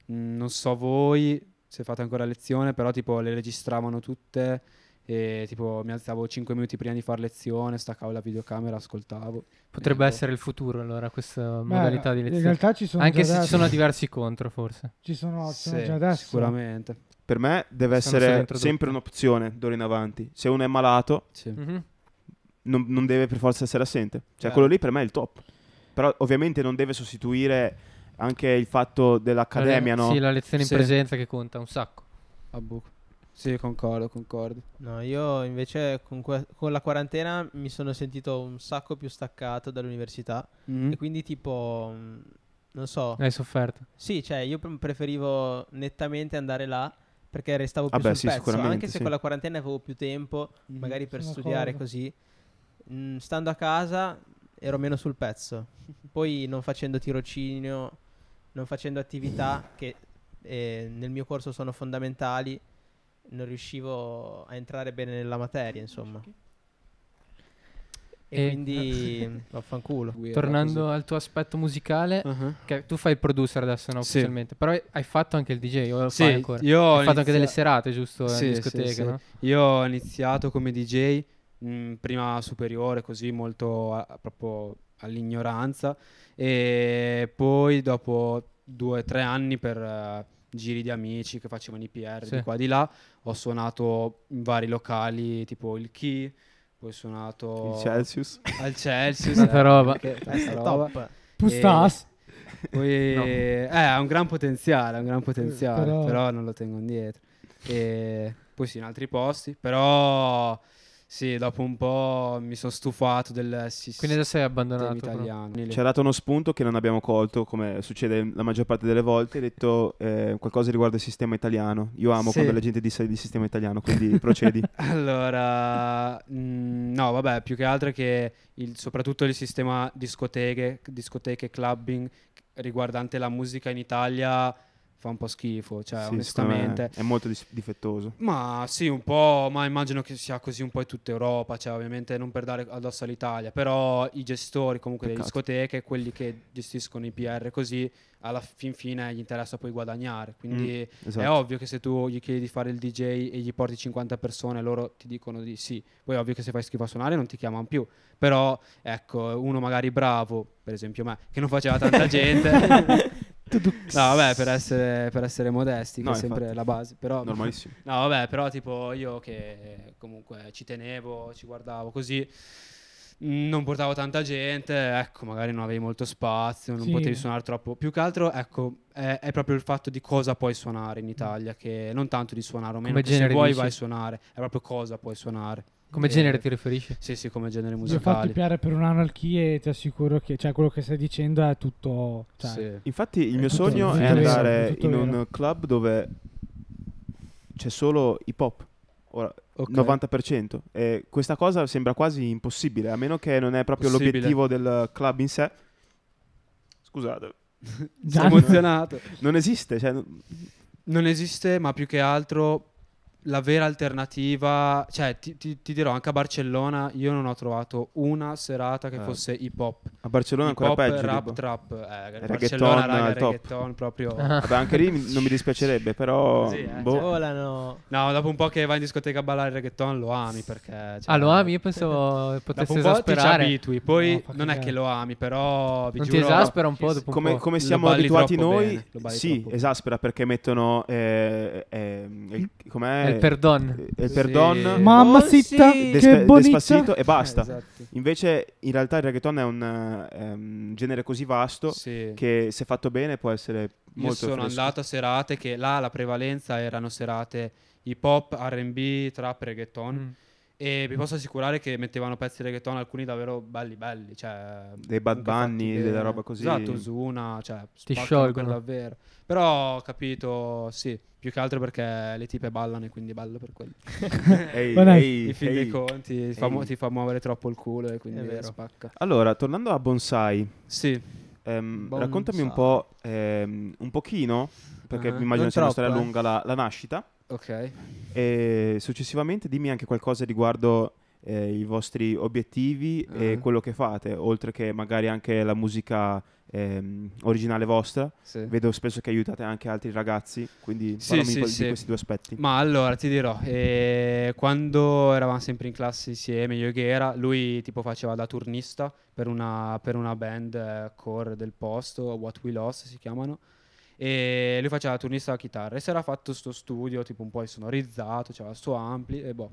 [SPEAKER 3] mh, non so voi se fate ancora lezione, però tipo le registravano tutte e tipo mi alzavo 5 minuti prima di fare lezione, staccavo la videocamera, ascoltavo.
[SPEAKER 2] Potrebbe
[SPEAKER 3] Eh, boh.
[SPEAKER 2] essere il futuro, allora, questa
[SPEAKER 1] Beh,
[SPEAKER 2] modalità di
[SPEAKER 1] In
[SPEAKER 2] lezione.
[SPEAKER 1] realtà ci sono
[SPEAKER 2] Anche
[SPEAKER 1] già
[SPEAKER 2] se ci
[SPEAKER 1] adesso.
[SPEAKER 2] sono diversi contro, forse.
[SPEAKER 1] Ci sono, ci sono
[SPEAKER 3] Sì,
[SPEAKER 1] già adesso.
[SPEAKER 3] Sicuramente.
[SPEAKER 5] Per me deve
[SPEAKER 2] Sono solo
[SPEAKER 5] essere
[SPEAKER 2] introdotte.
[SPEAKER 5] sempre un'opzione d'ora in avanti. Se uno è malato,
[SPEAKER 3] Sì.
[SPEAKER 2] Mhm.
[SPEAKER 5] non, non deve per forza essere assente. Cioè,
[SPEAKER 4] Chiaro.
[SPEAKER 5] quello lì per me è il top. Però ovviamente non deve sostituire anche il fatto dell'accademia,
[SPEAKER 2] La-
[SPEAKER 5] no?
[SPEAKER 2] Sì, la lezione in
[SPEAKER 3] Sì.
[SPEAKER 2] presenza che conta un sacco.
[SPEAKER 3] A buco. Sì, concordo, concordo.
[SPEAKER 4] No, io invece con, que- con la quarantena mi sono sentito un sacco più staccato dall'università
[SPEAKER 3] Mhm.
[SPEAKER 4] e quindi tipo, mh, non so,
[SPEAKER 2] Hai sofferto.
[SPEAKER 4] sì, cioè io pre- preferivo nettamente andare là perché restavo più
[SPEAKER 5] Ah, beh,
[SPEAKER 4] sul
[SPEAKER 5] sì,
[SPEAKER 4] pezzo,
[SPEAKER 5] sicuramente,
[SPEAKER 4] anche se
[SPEAKER 5] sì.
[SPEAKER 4] con la quarantena avevo più tempo,
[SPEAKER 3] Mhm.
[SPEAKER 4] magari per
[SPEAKER 1] Sono
[SPEAKER 4] studiare
[SPEAKER 1] d'accordo.
[SPEAKER 4] così, Mm, stando a casa ero meno sul pezzo, poi non facendo tirocinio, non facendo attività che eh, nel mio corso sono fondamentali, non riuscivo a entrare bene nella materia, insomma. E,
[SPEAKER 2] E-
[SPEAKER 1] Eh,
[SPEAKER 4] quindi vaffanculo.
[SPEAKER 3] Guerra,
[SPEAKER 2] Tornando al tuo aspetto musicale,
[SPEAKER 3] così. Ah.
[SPEAKER 2] che tu fai il producer adesso, no?
[SPEAKER 3] Sì.
[SPEAKER 2] Ufficialmente. Però hai- hai fatto anche il DJ, o lo
[SPEAKER 3] Sì,
[SPEAKER 2] fai ancora?
[SPEAKER 3] io ho
[SPEAKER 2] hai fatto anche
[SPEAKER 3] inizia-
[SPEAKER 2] delle serate, giusto?
[SPEAKER 3] Sì,
[SPEAKER 2] in
[SPEAKER 3] sì,
[SPEAKER 2] discoteca,
[SPEAKER 3] sì.
[SPEAKER 2] no?
[SPEAKER 3] Io ho iniziato come DJ, mh, prima superiore, così molto a- proprio all'ignoranza, e poi dopo due o tre anni per eh, giri di amici che facevano i PR
[SPEAKER 2] Sì.
[SPEAKER 3] di qua e di là, ho suonato in vari locali, tipo il Key, poi ho suonato
[SPEAKER 5] Il Celsius.
[SPEAKER 3] al Chelsea,
[SPEAKER 2] Tanta roba.
[SPEAKER 1] Eh,
[SPEAKER 4] Testa Eh, top.
[SPEAKER 3] Eh,
[SPEAKER 1] Pustas.
[SPEAKER 3] poi,
[SPEAKER 2] No.
[SPEAKER 3] eh, ha un gran potenziale, ha un gran potenziale,
[SPEAKER 1] però-
[SPEAKER 3] però... non lo tengo indietro. E poi sì, in altri posti, però sì, dopo un po' mi sono stufato del
[SPEAKER 2] Quindi
[SPEAKER 3] sistema
[SPEAKER 2] adesso hai abbandonato. però.
[SPEAKER 3] italiano.
[SPEAKER 5] Ci ha dato uno spunto che non abbiamo colto, come succede la maggior parte delle volte. Hai detto eh, qualcosa riguardo il sistema italiano. Io amo
[SPEAKER 3] Sì.
[SPEAKER 5] quando la gente dice di sistema italiano, quindi procedi.
[SPEAKER 3] Allora, mm, no, vabbè, più che altro è che il- soprattutto il sistema discoteche, discoteche, clubbing riguardante la musica in Italia fa un po' schifo, cioè
[SPEAKER 5] Sì, secondo me
[SPEAKER 3] onestamente.
[SPEAKER 5] È molto dis- difettoso.
[SPEAKER 3] Ma sì, un po', ma immagino che sia così un po' in tutta Europa, cioè ovviamente non per dare addosso all'Italia, però i gestori comunque delle
[SPEAKER 5] Peccato.
[SPEAKER 3] discoteche, quelli che gestiscono i PR così, alla fin fine gli interessa poi guadagnare, quindi
[SPEAKER 5] Esatto.
[SPEAKER 3] è ovvio che se tu gli chiedi di fare il DJ e gli porti 50 persone, loro ti dicono di sì. Poi è ovvio che se fai schifo a suonare non ti chiamano più. Però, ecco, uno magari bravo, per esempio me, che non faceva tanta gente, No, vabbè, per essere, per essere modesti,
[SPEAKER 5] No,
[SPEAKER 3] che è sempre
[SPEAKER 5] infatti.
[SPEAKER 3] la base. Però,
[SPEAKER 5] Normalissimo.
[SPEAKER 3] No, vabbè, però tipo io che comunque ci tenevo, ci guardavo così, mh, non portavo tanta gente, ecco, magari non avevi molto spazio, non
[SPEAKER 1] Sì.
[SPEAKER 3] potevi suonare troppo. Più che altro, ecco, è, è proprio il fatto di cosa puoi suonare in Italia, che non tanto di suonare o meno,
[SPEAKER 2] Come
[SPEAKER 3] che se
[SPEAKER 2] genere
[SPEAKER 3] vuoi
[SPEAKER 2] dici?
[SPEAKER 3] vai a suonare, è proprio cosa puoi suonare.
[SPEAKER 2] Come
[SPEAKER 3] Eh,
[SPEAKER 2] genere ti riferisci?
[SPEAKER 3] Sì, sì, come genere
[SPEAKER 1] Ti ho fatto
[SPEAKER 3] musicale.
[SPEAKER 1] piare per un'anarchia e ti assicuro che cioè, quello che stai dicendo è tutto. Cioè,
[SPEAKER 3] Sì.
[SPEAKER 5] Infatti, il mio
[SPEAKER 1] tutto
[SPEAKER 5] sogno
[SPEAKER 1] vero,
[SPEAKER 5] è
[SPEAKER 1] tutto vero,
[SPEAKER 5] andare
[SPEAKER 1] tutto
[SPEAKER 5] in
[SPEAKER 1] vero.
[SPEAKER 5] un club dove c'è solo hip hop. Ora,
[SPEAKER 3] Ok.
[SPEAKER 5] 90%. E questa cosa sembra quasi impossibile, a meno che non è proprio
[SPEAKER 3] Possibile.
[SPEAKER 5] l'obiettivo del club in sé. Scusate,
[SPEAKER 3] Sono
[SPEAKER 1] Gianni,
[SPEAKER 3] emozionato.
[SPEAKER 5] non esiste. Cioè, n-
[SPEAKER 3] Non esiste, ma più che altro la vera alternativa, cioè ti, ti- ti dirò, anche a Barcellona io non ho trovato una serata che
[SPEAKER 5] Eh.
[SPEAKER 3] fosse hip hop.
[SPEAKER 5] a Barcellona è
[SPEAKER 3] Hip
[SPEAKER 5] ancora
[SPEAKER 3] hop,
[SPEAKER 5] peggio.
[SPEAKER 3] rap,
[SPEAKER 5] tipo.
[SPEAKER 3] trap, eh,
[SPEAKER 5] Reggaeton
[SPEAKER 3] Barcellona, raga,
[SPEAKER 5] al top.
[SPEAKER 3] reggaeton proprio.
[SPEAKER 2] Ah.
[SPEAKER 5] Vabbè, anche lì mi- non mi dispiacerebbe, però...
[SPEAKER 3] Così, eh,
[SPEAKER 5] boh.
[SPEAKER 4] Volano.
[SPEAKER 3] No, dopo un po' che vai in discoteca a ballare il reggaeton lo ami perché... cioè,
[SPEAKER 2] ah, lo ami? Io pensavo
[SPEAKER 3] Dopo
[SPEAKER 2] potesse
[SPEAKER 3] un po' ti ci
[SPEAKER 2] esasperare.
[SPEAKER 3] abitui, poi
[SPEAKER 1] No, fa
[SPEAKER 3] non è
[SPEAKER 1] cagare.
[SPEAKER 3] che lo ami, però vi
[SPEAKER 2] Non ti
[SPEAKER 3] giuro...
[SPEAKER 2] esaspera un po' dopo un
[SPEAKER 5] come,
[SPEAKER 2] po'?
[SPEAKER 5] come
[SPEAKER 3] Lo
[SPEAKER 5] siamo
[SPEAKER 3] balli
[SPEAKER 5] abituati
[SPEAKER 3] troppo
[SPEAKER 5] noi,
[SPEAKER 3] bene, lo balli
[SPEAKER 5] sì,
[SPEAKER 3] troppo.
[SPEAKER 5] esaspera perché mettono eh, eh, il, com'è?
[SPEAKER 2] Il perdon.
[SPEAKER 5] Eh, il
[SPEAKER 3] Sì.
[SPEAKER 5] perdon,
[SPEAKER 3] Ma-
[SPEAKER 1] Mamma
[SPEAKER 4] Oh, sì.
[SPEAKER 1] zitta,
[SPEAKER 5] Despa-
[SPEAKER 1] che bonita.
[SPEAKER 5] Despacito e basta.
[SPEAKER 3] Eh, esatto.
[SPEAKER 5] Invece, in realtà, il reggaeton è un eh, ehm, genere così vasto
[SPEAKER 3] Sì.
[SPEAKER 5] che, se fatto bene, può essere
[SPEAKER 3] Io
[SPEAKER 5] molto
[SPEAKER 3] sono
[SPEAKER 5] fresco.
[SPEAKER 3] andato a serate che là la prevalenza erano serate hip hop, RB, trap, reggaeton.
[SPEAKER 2] Mm.
[SPEAKER 3] E vi posso assicurare che mettevano pezzi di reggaeton, alcuni davvero belli belli. Cioè,
[SPEAKER 5] Dei Bad
[SPEAKER 3] comunque fatti
[SPEAKER 5] Bunny,
[SPEAKER 3] bene.
[SPEAKER 5] della roba così.
[SPEAKER 3] Esatto, Zuna, cioè,
[SPEAKER 2] Ti
[SPEAKER 3] spaccano
[SPEAKER 2] sciolgono.
[SPEAKER 3] per davvero. Però ho capito, sì, più che altro perché le tipe ballano e quindi bello per quello.
[SPEAKER 5] Ehi,
[SPEAKER 1] Ma dai.
[SPEAKER 5] ehi,
[SPEAKER 3] I film
[SPEAKER 5] ehi.
[SPEAKER 3] dei conti ti fa, mu-
[SPEAKER 5] ehi.
[SPEAKER 3] ti fa muovere troppo il culo e quindi
[SPEAKER 4] È vero.
[SPEAKER 3] spacca.
[SPEAKER 5] Allora, tornando a Bonsai,
[SPEAKER 3] Sì,
[SPEAKER 5] ehm,
[SPEAKER 4] Bonsai.
[SPEAKER 5] raccontami un po', ehm, un pochino, perché
[SPEAKER 3] Ah,
[SPEAKER 5] mi immagino
[SPEAKER 4] non
[SPEAKER 5] sia una
[SPEAKER 4] troppo,
[SPEAKER 5] storia
[SPEAKER 4] eh.
[SPEAKER 5] lunga la, la nascita,
[SPEAKER 3] ok.
[SPEAKER 5] e successivamente dimmi anche qualcosa riguardo eh, i vostri obiettivi e
[SPEAKER 3] Ah.
[SPEAKER 5] quello che fate, oltre che magari anche la musica ehm, originale vostra.
[SPEAKER 3] Sì.
[SPEAKER 5] Vedo spesso che aiutate anche altri ragazzi, quindi
[SPEAKER 3] Sì,
[SPEAKER 5] parlami
[SPEAKER 3] sì,
[SPEAKER 5] di, que-
[SPEAKER 3] sì.
[SPEAKER 5] di questi due aspetti.
[SPEAKER 3] Ma allora ti dirò, eh, quando eravamo sempre in classe insieme, io e Ghera, lui tipo faceva da turnista per una, per una band eh, core del posto, What We Lost si chiamano, e lui faceva da turnista a chitarra e si era fatto sto studio tipo un po' insonorizzato, c'era il suo ampli e boh.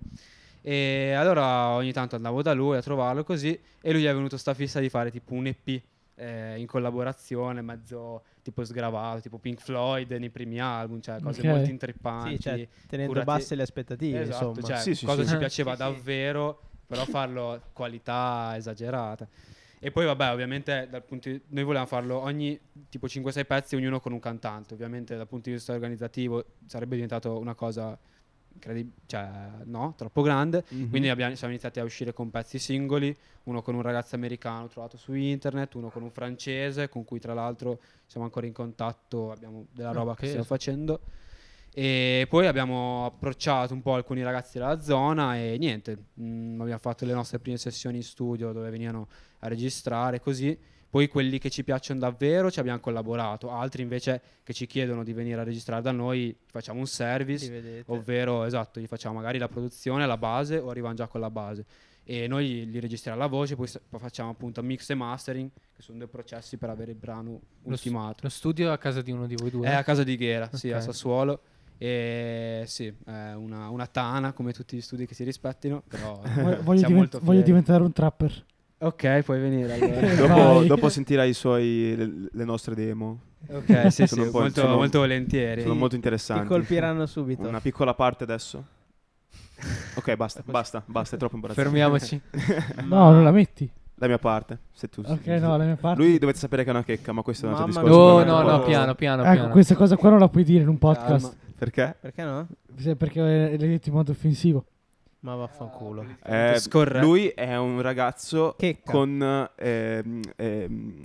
[SPEAKER 3] E allora ogni tanto andavo da lui a trovarlo così e lui gli è venuto sta fissa di fare tipo un EP eh, in collaborazione, mezzo tipo sgravato, tipo Pink Floyd nei primi album, cioè cose
[SPEAKER 1] Ok.
[SPEAKER 3] molto
[SPEAKER 4] Sì,
[SPEAKER 3] intreppanti.
[SPEAKER 4] cioè, tenendo
[SPEAKER 3] curati-
[SPEAKER 4] basse le aspettative,
[SPEAKER 3] Esatto,
[SPEAKER 4] insomma.
[SPEAKER 3] cioè,
[SPEAKER 5] Sì, sì,
[SPEAKER 3] cosa
[SPEAKER 5] sì.
[SPEAKER 3] ci piaceva
[SPEAKER 4] Sì, sì.
[SPEAKER 3] davvero, però farlo qualità esagerata. E poi vabbè, ovviamente dal punto di- noi volevamo farlo ogni tipo 5-6 pezzi, ognuno con un cantante. Ovviamente dal punto di vista organizzativo sarebbe diventato una cosa incredib- cioè no, troppo grande.
[SPEAKER 5] Mhm.
[SPEAKER 3] Quindi abbiamo, siamo iniziati a uscire con pezzi singoli, uno con un ragazzo americano trovato su internet, uno con un francese con cui tra l'altro siamo ancora in contatto, abbiamo della roba
[SPEAKER 2] Ok.
[SPEAKER 3] che stiamo facendo. E poi abbiamo approcciato un po' alcuni ragazzi della zona e niente, mm, abbiamo fatto le nostre prime sessioni in studio dove venivano a registrare così. Poi quelli che ci piacciono davvero ci abbiamo collaborato, altri invece che ci chiedono di venire a registrare da noi facciamo un service
[SPEAKER 4] Li vedete.
[SPEAKER 3] ovvero esatto, gli facciamo magari la produzione alla base o arrivano già con la base e noi li registriamo la voce, poi, s- poi facciamo appunto mix e mastering, che sono due processi per avere il brano
[SPEAKER 2] Lo, s-
[SPEAKER 3] ultimato.
[SPEAKER 2] lo studio è a casa di uno di voi due.
[SPEAKER 3] È a casa di Ghera, sì, a
[SPEAKER 2] Ok.
[SPEAKER 3] Sassuolo. E sì, è una, una tana come tutti gli studi che si rispettino, però
[SPEAKER 1] Voglio,
[SPEAKER 3] siamo
[SPEAKER 1] voglio diven-
[SPEAKER 3] molto
[SPEAKER 1] voglio
[SPEAKER 3] fieri.
[SPEAKER 1] diventare un trapper.
[SPEAKER 3] Ok, puoi venire allora.
[SPEAKER 5] Dopo,
[SPEAKER 1] Vai.
[SPEAKER 5] dopo sentirai i suoi- le, le nostre demo,
[SPEAKER 3] ok, sì, sì,
[SPEAKER 5] Sono un po' in-
[SPEAKER 3] molto,
[SPEAKER 5] sono-
[SPEAKER 3] molto volentieri.
[SPEAKER 5] sono molto
[SPEAKER 4] Ti
[SPEAKER 5] interessanti.
[SPEAKER 4] colpiranno subito.
[SPEAKER 5] Una piccola parte adesso. Ok, basta, basta, basta, è troppo imbarazzante.
[SPEAKER 2] Fermiamoci.
[SPEAKER 1] No, non la metti.
[SPEAKER 5] La mia parte, se tu...
[SPEAKER 1] Ok, no, la mia parte.
[SPEAKER 5] Lui dovete sapere che è una checca, ma questo è un altro
[SPEAKER 4] Mamma
[SPEAKER 5] discorso.
[SPEAKER 2] Oh, no,
[SPEAKER 4] sicuramente
[SPEAKER 2] no,
[SPEAKER 5] veramente
[SPEAKER 2] no,
[SPEAKER 4] poco-
[SPEAKER 2] piano,
[SPEAKER 5] un
[SPEAKER 2] piano,
[SPEAKER 1] ecco,
[SPEAKER 2] piano.
[SPEAKER 1] questa cosa qua non la puoi dire in un podcast.
[SPEAKER 3] Calma.
[SPEAKER 5] po'- Perché?
[SPEAKER 4] Perché no?
[SPEAKER 1] Se- Perché eh, l'hai detto in modo offensivo.
[SPEAKER 4] Ma vaffanculo.
[SPEAKER 1] Ah,
[SPEAKER 5] Eh,
[SPEAKER 3] Scorre.
[SPEAKER 5] lui è un ragazzo
[SPEAKER 4] Checca.
[SPEAKER 5] con ehm, ehm,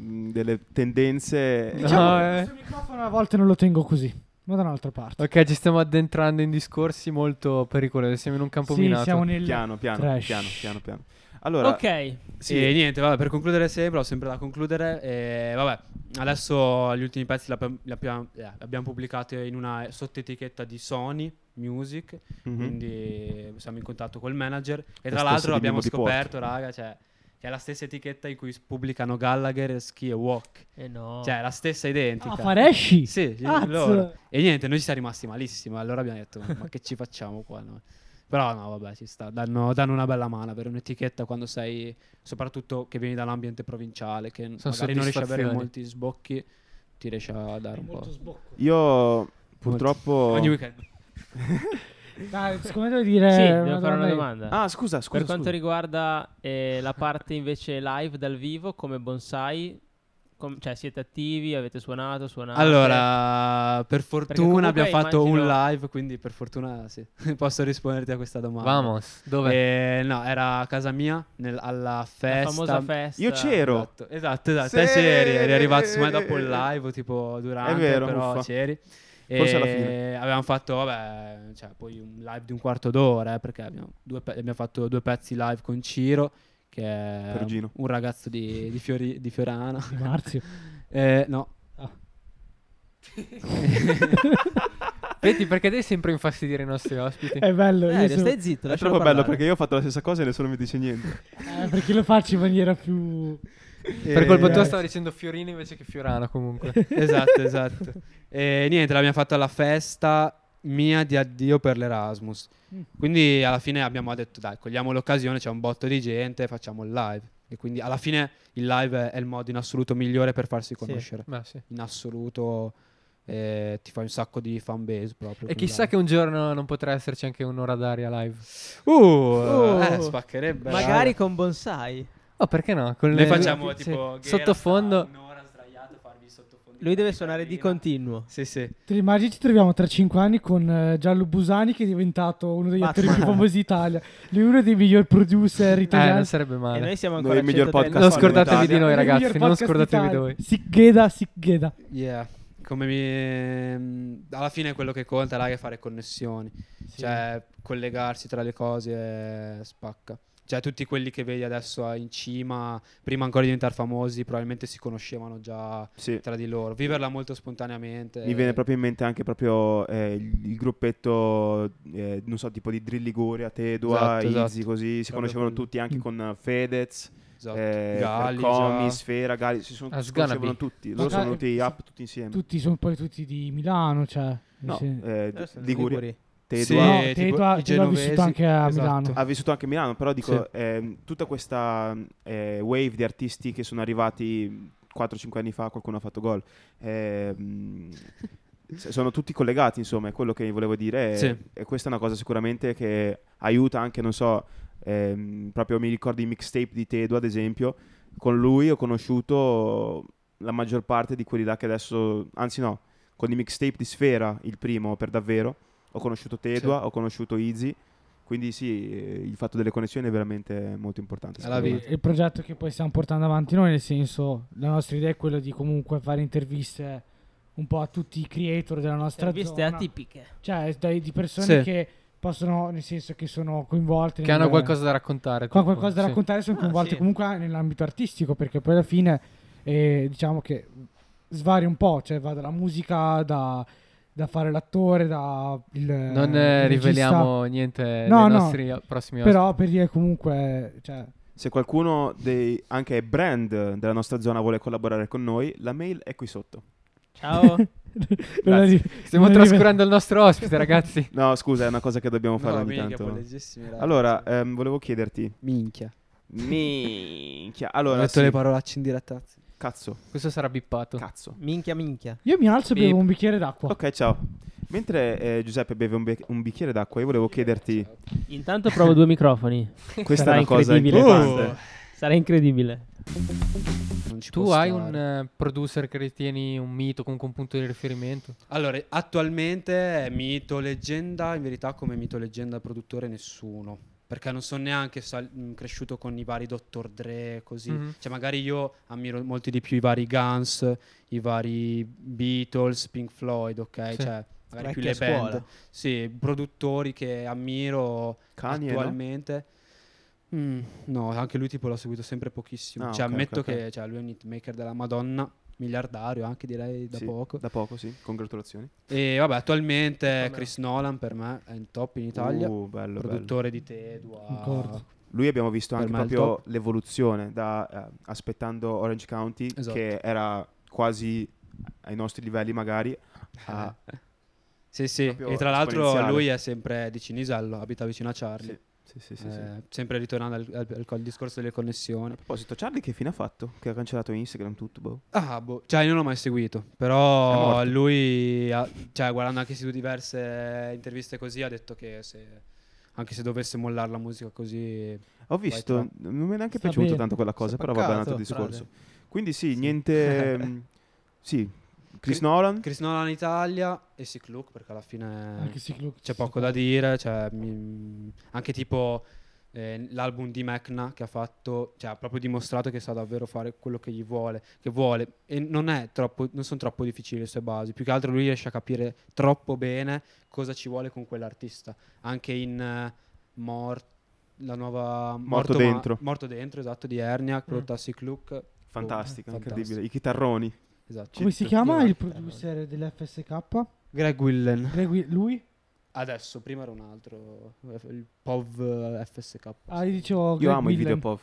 [SPEAKER 5] mm, delle tendenze...
[SPEAKER 2] Diciamo- No, eh.
[SPEAKER 1] questo microfono a volte non lo tengo così, ma da un'altra parte.
[SPEAKER 2] Ok, ci stiamo addentrando in discorsi molto pericolosi. Siamo in un campo
[SPEAKER 1] Sì,
[SPEAKER 2] minato.
[SPEAKER 1] siamo nel Ah,
[SPEAKER 5] Piano, piano,
[SPEAKER 1] Trash.
[SPEAKER 5] piano, piano, piano. Allora,
[SPEAKER 4] ok.
[SPEAKER 5] sì,
[SPEAKER 3] E niente, vabbè, per concludere sempre, ho sempre da concludere. E vabbè, adesso gli ultimi pezzi li abbiamo- li abbiamo- eh, li abbiamo pubblicati in una sottoetichetta di Sony Music,
[SPEAKER 5] mhm.
[SPEAKER 3] quindi siamo in contatto col manager. E
[SPEAKER 5] stesso
[SPEAKER 3] tra l'altro
[SPEAKER 5] di
[SPEAKER 3] abbiamo
[SPEAKER 5] Mimmo Di Porto.
[SPEAKER 3] scoperto, raga, cioè, che è la stessa etichetta in cui s- pubblicano Gallagher, Ski e Walk.
[SPEAKER 4] Eh no.
[SPEAKER 3] Cioè, è la stessa identica.
[SPEAKER 1] Ah, Faresci?
[SPEAKER 3] Sì, gli-
[SPEAKER 1] Azz.
[SPEAKER 3] loro. E niente, noi ci siamo rimasti malissimo. Allora abbiamo detto, ma che ci facciamo qua? no?" Però no, vabbè, ci sta. Danno, danno una bella mano avere un'etichetta quando sei, soprattutto che vieni dall'ambiente provinciale, che magari non riesci a avere
[SPEAKER 2] soddisfazioni.
[SPEAKER 3] molti sbocchi, ti riesce a dare un po'.
[SPEAKER 1] Molto sbocco.
[SPEAKER 5] Io purtroppo...
[SPEAKER 4] Oh.
[SPEAKER 3] Ogni weekend.
[SPEAKER 1] Dai, siccome devo dire...
[SPEAKER 2] Eh,
[SPEAKER 4] sì,
[SPEAKER 1] una
[SPEAKER 4] devo fare
[SPEAKER 1] domanda
[SPEAKER 4] una
[SPEAKER 1] io.
[SPEAKER 4] domanda.
[SPEAKER 5] Ah, scusa, scusa.
[SPEAKER 4] per quanto
[SPEAKER 5] scusa.
[SPEAKER 4] riguarda eh, la parte invece live dal vivo, come bonsai, com- cioè siete attivi, avete suonato, suonato.
[SPEAKER 3] Allora, per
[SPEAKER 4] comunque
[SPEAKER 3] fortuna abbiamo fatto
[SPEAKER 4] immagino-
[SPEAKER 3] un live, quindi per fortuna sì, posso risponderti a questa domanda.
[SPEAKER 2] Vamos, dove?
[SPEAKER 3] Eh, no, era a casa mia, nel- alla
[SPEAKER 4] la
[SPEAKER 3] festa.
[SPEAKER 4] famosa festa.
[SPEAKER 5] Io c'ero.
[SPEAKER 3] Esatto, esatto, esatto.
[SPEAKER 5] Sì.
[SPEAKER 3] Te c'eri, eri arrivato secondo me dopo il live, tipo durante,
[SPEAKER 5] È vero,
[SPEAKER 3] però
[SPEAKER 5] muffa.
[SPEAKER 3] c'eri.
[SPEAKER 5] Forse
[SPEAKER 3] E
[SPEAKER 5] alla fine.
[SPEAKER 3] Avevamo fatto, vabbè, cioè, poi un live di un quarto d'ora, eh, perché abbiamo, due pe- abbiamo fatto due pezzi live con Ciro, che è
[SPEAKER 5] Perugino.
[SPEAKER 3] un ragazzo di, di Fiori- di Fiorano.
[SPEAKER 1] Di Marzio.
[SPEAKER 3] Eh, no,
[SPEAKER 2] Vedi, perché devi sempre infastidire i nostri ospiti?
[SPEAKER 1] È bello.
[SPEAKER 4] Eh,
[SPEAKER 1] io sono-
[SPEAKER 4] stai zitto,
[SPEAKER 5] È
[SPEAKER 4] lascialo
[SPEAKER 5] troppo bello
[SPEAKER 4] parlare.
[SPEAKER 5] perché io ho fatto la stessa cosa e nessuno mi dice niente.
[SPEAKER 1] eh, perché lo faccio in maniera più...
[SPEAKER 2] per colpa
[SPEAKER 1] eh, Certo.
[SPEAKER 2] tua
[SPEAKER 1] eh.
[SPEAKER 2] stavo dicendo Fiorino invece che Fiorano comunque.
[SPEAKER 3] esatto, esatto. E niente, l'abbiamo fatto alla festa mia di addio per l'Erasmus.
[SPEAKER 1] Mm.
[SPEAKER 3] Quindi alla fine abbiamo detto, dai, cogliamo l'occasione, c'è un botto di gente, facciamo il live. E quindi alla fine il live è, è il modo in assoluto migliore per farsi conoscere.
[SPEAKER 2] Ma sì.
[SPEAKER 1] Certo.
[SPEAKER 3] In assoluto eh, ti fai un sacco di fan base proprio.
[SPEAKER 2] E
[SPEAKER 3] col
[SPEAKER 2] chissà
[SPEAKER 3] live.
[SPEAKER 2] che un giorno non potrà esserci anche un'ora d'aria live.
[SPEAKER 3] Uh,
[SPEAKER 4] Uh.
[SPEAKER 3] eh, spaccherebbe.
[SPEAKER 4] Magari con bonsai.
[SPEAKER 2] Oh, perché no? Con
[SPEAKER 3] Noi
[SPEAKER 2] le-
[SPEAKER 3] facciamo
[SPEAKER 2] sì,
[SPEAKER 3] tipo... Ghera,
[SPEAKER 2] Sottofondo.
[SPEAKER 3] sta Un'ora sdraiato, farvi sottofondo.
[SPEAKER 4] Lui deve suonare di continuo.
[SPEAKER 3] Sì, sì.
[SPEAKER 2] Eh,
[SPEAKER 1] Ti immagini ci troviamo tra 5 anni con eh, Giallo Busani che è diventato uno degli attori più
[SPEAKER 4] Batman.
[SPEAKER 1] famosi d'Italia. Lui è uno dei miglior producer
[SPEAKER 2] Eh, non
[SPEAKER 1] italiani.
[SPEAKER 2] sarebbe
[SPEAKER 4] E
[SPEAKER 2] male.
[SPEAKER 4] noi siamo
[SPEAKER 5] Noi
[SPEAKER 4] ancora
[SPEAKER 5] il miglior
[SPEAKER 4] 130.
[SPEAKER 5] podcast
[SPEAKER 2] Non
[SPEAKER 5] Cazzo,
[SPEAKER 2] scordatevi
[SPEAKER 5] Italia.
[SPEAKER 2] di noi,
[SPEAKER 1] Uno dei miglior
[SPEAKER 2] ragazzi. Non
[SPEAKER 1] podcast
[SPEAKER 2] scordatevi di
[SPEAKER 1] d'Italia.
[SPEAKER 2] noi.
[SPEAKER 1] Sicgheda, Sicgheda.
[SPEAKER 5] Eh,
[SPEAKER 3] Yeah. Come mi... mm, Alla fine quello che conta là è fare connessioni, cioè collegarsi tra le cose eh, spacca. Cioè tutti quelli che vedi adesso in cima, prima ancora di diventare famosi, probabilmente si conoscevano già
[SPEAKER 5] Sì.
[SPEAKER 3] tra di loro. Viverla molto spontaneamente.
[SPEAKER 5] Mi viene proprio in mente anche proprio eh, il il gruppetto, eh, non so, tipo di Drill Liguria, Tedua,
[SPEAKER 3] Esatto,
[SPEAKER 5] Izzy,
[SPEAKER 3] esatto.
[SPEAKER 5] così. Si
[SPEAKER 3] Proprio
[SPEAKER 5] conoscevano
[SPEAKER 3] quello.
[SPEAKER 5] tutti anche con eh, Fedez,
[SPEAKER 3] Esatto.
[SPEAKER 5] eh,
[SPEAKER 3] Galli,
[SPEAKER 5] Comi,
[SPEAKER 3] già.
[SPEAKER 5] Sfera, Gali. Si, sono, si
[SPEAKER 2] Asganabi.
[SPEAKER 5] conoscevano
[SPEAKER 3] Ah,
[SPEAKER 5] tutti. Loro
[SPEAKER 1] Ma-
[SPEAKER 5] sono venuti
[SPEAKER 1] eh,
[SPEAKER 5] up tutti insieme.
[SPEAKER 1] Tutti sono poi tutti di Milano, cioè.
[SPEAKER 5] No,
[SPEAKER 1] sì.
[SPEAKER 5] eh,
[SPEAKER 4] Eh, sono
[SPEAKER 5] Liguria,
[SPEAKER 4] liguri.
[SPEAKER 5] Tedua.
[SPEAKER 3] Sì.
[SPEAKER 1] No,
[SPEAKER 3] eh,
[SPEAKER 1] te
[SPEAKER 3] tipo
[SPEAKER 1] tu ha-
[SPEAKER 3] i
[SPEAKER 1] te l'ha vissuto
[SPEAKER 3] genovesi,
[SPEAKER 1] anche a
[SPEAKER 3] esatto.
[SPEAKER 1] Milano.
[SPEAKER 5] Ha vissuto anche Milano, però dico,
[SPEAKER 3] Sì.
[SPEAKER 5] ehm, tutta questa eh, wave di artisti che sono arrivati 4-5 anni fa, qualcuno ha fatto gol. ehm, s- sono tutti collegati, insomma, è quello che volevo dire. E-
[SPEAKER 3] Sì.
[SPEAKER 5] E questa è una cosa sicuramente che aiuta anche, non so, ehm, proprio mi ricordo i mixtape di Tedo, ad esempio. Con lui ho conosciuto la maggior parte di quelli là che adesso, anzi no, con i mixtape di Sfera, il primo per davvero, ho conosciuto Tedua, ho conosciuto Easy, quindi sì, eh, il fatto delle connessioni è veramente molto importante.
[SPEAKER 3] Alla
[SPEAKER 5] secondo
[SPEAKER 3] vi-
[SPEAKER 5] me.
[SPEAKER 1] il progetto che poi stiamo portando avanti noi, nel senso, la nostra idea è quella di comunque fare interviste un po' a tutti i creator della nostra
[SPEAKER 4] Interviste
[SPEAKER 1] zona.
[SPEAKER 4] atipiche.
[SPEAKER 1] Cioè, dai- di persone
[SPEAKER 3] Sì.
[SPEAKER 1] che possono, nel senso che sono coinvolte.
[SPEAKER 2] Che hanno
[SPEAKER 1] nel-
[SPEAKER 2] qualcosa da raccontare.
[SPEAKER 1] con
[SPEAKER 2] tipo,
[SPEAKER 1] qualcosa da
[SPEAKER 2] sì.
[SPEAKER 1] raccontare sono
[SPEAKER 4] Ah,
[SPEAKER 1] coinvolti
[SPEAKER 4] sì.
[SPEAKER 1] comunque nell'ambito artistico perché poi alla fine eh, diciamo che svari un po' cioè va dalla musica da, da fare l'attore da il,
[SPEAKER 2] Non eh,
[SPEAKER 1] il regista.
[SPEAKER 2] riveliamo niente
[SPEAKER 1] No, no.
[SPEAKER 2] dei nostri o- prossimi ospiti.
[SPEAKER 1] però per dire comunque cioè,
[SPEAKER 5] Se qualcuno dei anche brand della nostra zona vuole collaborare con noi, la mail è qui sotto.
[SPEAKER 4] Ciao.
[SPEAKER 1] non la ri-
[SPEAKER 2] Stiamo
[SPEAKER 1] non la rive-
[SPEAKER 2] trascurando il nostro ospite, ragazzi.
[SPEAKER 5] No, scusa, è una cosa che dobbiamo fare
[SPEAKER 3] No,
[SPEAKER 5] ogni
[SPEAKER 3] minchia, poi
[SPEAKER 5] tanto.
[SPEAKER 3] leggerissimi, ragazzi.
[SPEAKER 5] Allora, ehm, volevo chiederti,
[SPEAKER 3] minchia.
[SPEAKER 5] minchia,
[SPEAKER 3] Ho
[SPEAKER 5] allora,
[SPEAKER 3] detto
[SPEAKER 5] sì,
[SPEAKER 3] le parolacce in diretta. ragazzi.
[SPEAKER 5] cazzo,
[SPEAKER 2] Questo sarà bippato.
[SPEAKER 5] cazzo.
[SPEAKER 4] minchia, minchia.
[SPEAKER 1] io mi alzo e
[SPEAKER 2] Bip.
[SPEAKER 1] bevo un bicchiere d'acqua
[SPEAKER 5] Ok, ciao. Mentre eh, Giuseppe beve un, be- un bicchiere d'acqua, io volevo chiederti,
[SPEAKER 4] Intanto provo due microfoni.
[SPEAKER 5] questa
[SPEAKER 4] Sarà
[SPEAKER 5] è una cosa
[SPEAKER 4] incredibile.
[SPEAKER 5] importante.
[SPEAKER 4] Sarà incredibile.
[SPEAKER 3] Non ci
[SPEAKER 2] Tu
[SPEAKER 3] può
[SPEAKER 2] hai
[SPEAKER 3] stare.
[SPEAKER 2] un eh, producer che ritieni un mito, comunque un punto di riferimento?
[SPEAKER 3] Allora, attualmente è mito leggenda, in verità come mito leggenda produttore nessuno, perché non sono neanche sal- mh, cresciuto con i vari Dr. Dre, così.
[SPEAKER 2] Mhm.
[SPEAKER 3] Cioè magari io ammiro molti di più i vari Guns, i vari Beatles, Pink Floyd, ok?
[SPEAKER 2] Sì.
[SPEAKER 3] Cioè magari più
[SPEAKER 4] Vecchia
[SPEAKER 3] le
[SPEAKER 4] scuola.
[SPEAKER 3] band. Sì, produttori che ammiro
[SPEAKER 5] Kanye, no?
[SPEAKER 3] attualmente. Mm, no, anche lui tipo l'ho seguito sempre pochissimo.
[SPEAKER 5] Ah,
[SPEAKER 3] cioè
[SPEAKER 5] ok, ok,
[SPEAKER 3] ammetto
[SPEAKER 5] ok.
[SPEAKER 3] che cioè, lui è un hitmaker della Madonna, miliardario anche direi da
[SPEAKER 5] Sì,
[SPEAKER 3] poco.
[SPEAKER 5] Da poco, sì. Congratulazioni.
[SPEAKER 3] E vabbè, attualmente Chris Nolan per me è il top in Italia,
[SPEAKER 5] Uh, bello, bello.
[SPEAKER 3] produttore di Tedua.
[SPEAKER 1] Concordo.
[SPEAKER 5] Lui abbiamo visto
[SPEAKER 3] Per
[SPEAKER 5] anche
[SPEAKER 3] me è il
[SPEAKER 5] proprio l'evoluzione da eh, aspettando Orange County,
[SPEAKER 3] Esatto.
[SPEAKER 5] che era quasi ai nostri livelli magari, a
[SPEAKER 3] Eh, Sì, sì,
[SPEAKER 5] Proprio
[SPEAKER 3] e tra l'altro
[SPEAKER 5] esponenziale.
[SPEAKER 3] lui è sempre di Cinisello, abita vicino a Charlie.
[SPEAKER 5] Sì, sì, sì, sì, sì.
[SPEAKER 3] Eh, Sempre ritornando al, al- al discorso delle connessioni.
[SPEAKER 5] A proposito, Charlie che fine ha fatto? Che ha cancellato Instagram tutto, boh.
[SPEAKER 3] Ah, boh, cioè io non l'ho mai seguito,
[SPEAKER 5] È
[SPEAKER 3] però
[SPEAKER 5] morto.
[SPEAKER 3] lui, ha- cioè guardando anche su diverse interviste così, ha detto che se, anche se dovesse mollare la musica così...
[SPEAKER 5] Ho visto,
[SPEAKER 3] tra.
[SPEAKER 5] non mi è neanche
[SPEAKER 1] Sta
[SPEAKER 5] piaciuto
[SPEAKER 1] bene.
[SPEAKER 5] tanto quella cosa,
[SPEAKER 4] Sta
[SPEAKER 5] però vabbè, è un altro
[SPEAKER 4] peccato,
[SPEAKER 5] discorso. Quindi sì, niente... mm, sì, Chris
[SPEAKER 3] Cri-
[SPEAKER 5] Nolan,
[SPEAKER 3] Chris Nolan Italia e Sick Look, perché alla fine
[SPEAKER 1] Anche se Clux-
[SPEAKER 3] c'è poco da dire, cioè, mi- anche tipo eh, l'album di Mecna che ha fatto, cioè ha proprio dimostrato che sa davvero fare quello che gli vuole, che vuole e non, è troppo, non sono troppo difficili le sue basi, più che altro lui riesce a capire troppo bene cosa ci vuole con quell'artista, anche in eh, Mor- la nuova
[SPEAKER 5] Morto
[SPEAKER 3] Ma-
[SPEAKER 5] Dentro.
[SPEAKER 3] Morto Dentro, esatto, di Ernia,
[SPEAKER 1] Mm.
[SPEAKER 3] prodotta da Sick Look,
[SPEAKER 5] fantastica,
[SPEAKER 3] eh, fantastico.
[SPEAKER 5] incredibile. I chitarroni.
[SPEAKER 3] esatto.
[SPEAKER 1] Come si
[SPEAKER 3] Tutti
[SPEAKER 1] chiama
[SPEAKER 3] i
[SPEAKER 1] il
[SPEAKER 3] rapper.
[SPEAKER 1] producer dell'FSK?
[SPEAKER 3] Greg Willen.
[SPEAKER 1] Greg- lui?
[SPEAKER 3] Adesso, prima era un altro, eh, il POV FSK.
[SPEAKER 1] Ah, io dicevo
[SPEAKER 5] Io
[SPEAKER 1] Greg
[SPEAKER 5] amo i
[SPEAKER 1] Willen.
[SPEAKER 5] video pop.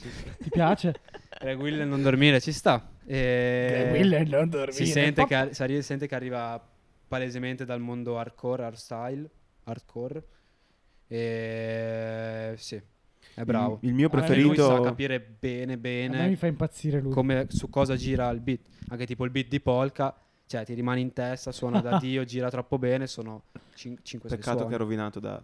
[SPEAKER 1] Ti piace?
[SPEAKER 3] Greg Willen non dormire, ci sta. E
[SPEAKER 1] non
[SPEAKER 3] Eh, si sente che, ar- si arri- sente che arriva palesemente dal mondo hardcore, hardstyle, hardcore. E sì, è bravo.
[SPEAKER 5] Il, il mio
[SPEAKER 1] Ah, lui
[SPEAKER 3] Perché lui sa
[SPEAKER 5] preferito...
[SPEAKER 3] capire bene
[SPEAKER 1] A me mi
[SPEAKER 3] bene
[SPEAKER 1] fa impazzire lui.
[SPEAKER 3] come, su cosa gira il beat. Anche tipo il beat di Polka, cioè ti rimane in testa, suona da Dio, gira troppo bene, sono 5
[SPEAKER 5] Peccato che è rovinato da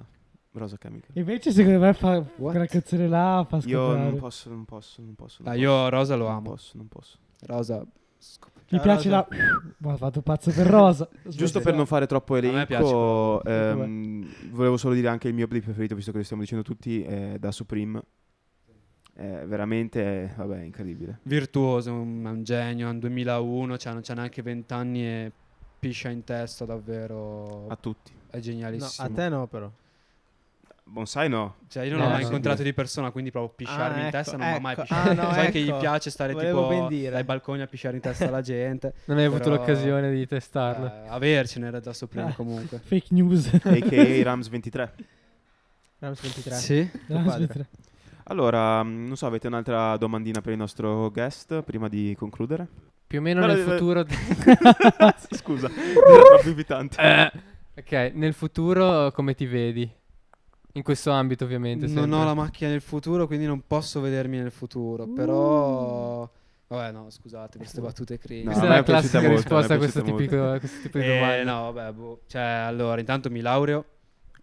[SPEAKER 5] Rosa Chemical.
[SPEAKER 1] E Invece secondo me fa
[SPEAKER 3] What?
[SPEAKER 1] quella canzone là fa
[SPEAKER 5] Io non
[SPEAKER 1] scoppiare.
[SPEAKER 5] posso, non posso, non posso. Non
[SPEAKER 3] Ah,
[SPEAKER 5] posso,
[SPEAKER 3] io Rosa lo
[SPEAKER 5] non
[SPEAKER 3] amo.
[SPEAKER 5] posso, non posso.
[SPEAKER 3] Rosa,
[SPEAKER 1] Mi
[SPEAKER 4] Ciao,
[SPEAKER 1] piace
[SPEAKER 4] Rosa.
[SPEAKER 1] la Ma ha fatto pazzo per Rosa.
[SPEAKER 5] Ah, Giusto per non fare troppo
[SPEAKER 3] me
[SPEAKER 5] elenco,
[SPEAKER 3] piace
[SPEAKER 5] ehm, volevo solo dire anche il mio play preferito, visto che lo stiamo dicendo tutti, è da Supreme. È veramente, eh, vabbè, incredibile.
[SPEAKER 3] virtuoso, un, è un genio, è un 2001, cioè non c'ha neanche 20 anni e piscia in testa davvero,
[SPEAKER 5] A tutti.
[SPEAKER 3] è
[SPEAKER 4] No,
[SPEAKER 3] genialissimo.
[SPEAKER 4] a te no, però.
[SPEAKER 5] Bonsai no.
[SPEAKER 3] Cioè io non
[SPEAKER 1] Eh,
[SPEAKER 3] l'ho mai
[SPEAKER 1] sì.
[SPEAKER 3] incontrato di persona, quindi proprio pisciarmi
[SPEAKER 4] Ah,
[SPEAKER 3] in
[SPEAKER 4] ecco,
[SPEAKER 3] testa non mi ha mai
[SPEAKER 4] ecco.
[SPEAKER 3] pisciato.
[SPEAKER 4] Ah, no,
[SPEAKER 3] Sai che gli
[SPEAKER 4] ecco.
[SPEAKER 3] piace stare
[SPEAKER 4] Volevo ben
[SPEAKER 3] tipo
[SPEAKER 4] dire.
[SPEAKER 3] dai balconi a pisciare in testa alla gente.
[SPEAKER 2] Non hai avuto
[SPEAKER 3] Però-
[SPEAKER 2] l'occasione di
[SPEAKER 3] Eh,
[SPEAKER 2] testarlo.
[SPEAKER 3] avercene era da sopra
[SPEAKER 1] Ah.
[SPEAKER 3] comunque.
[SPEAKER 1] Fake news.
[SPEAKER 5] A.K.A. Rams 23.
[SPEAKER 4] Rams 23.
[SPEAKER 3] Sì.
[SPEAKER 1] Della
[SPEAKER 4] padre.
[SPEAKER 1] Svizzera.
[SPEAKER 5] Allora, mm, non so, avete un'altra domandina per il nostro guest prima di concludere?
[SPEAKER 2] Più o meno
[SPEAKER 5] Però
[SPEAKER 2] nel
[SPEAKER 5] deve-
[SPEAKER 2] futuro... di-
[SPEAKER 5] Scusa, era troppo invitante.
[SPEAKER 2] Eh. ok, nel futuro come ti vedi? In questo ambito ovviamente.
[SPEAKER 3] Non
[SPEAKER 2] sempre.
[SPEAKER 3] ho la macchina nel futuro, quindi non posso vedermi nel futuro,
[SPEAKER 4] Uh.
[SPEAKER 3] però... Vabbè no, scusate, queste battute cringe.
[SPEAKER 5] No,
[SPEAKER 2] Questa
[SPEAKER 5] a
[SPEAKER 2] è
[SPEAKER 5] me
[SPEAKER 2] la
[SPEAKER 5] è piaciuta
[SPEAKER 2] classica
[SPEAKER 5] molto, a me è
[SPEAKER 2] risposta a questo,
[SPEAKER 5] piaciuta
[SPEAKER 2] tipico, a questo tipo di
[SPEAKER 3] Eh,
[SPEAKER 2] domande.
[SPEAKER 3] no, vabbè, boh. Cioè, allora, intanto mi laureo.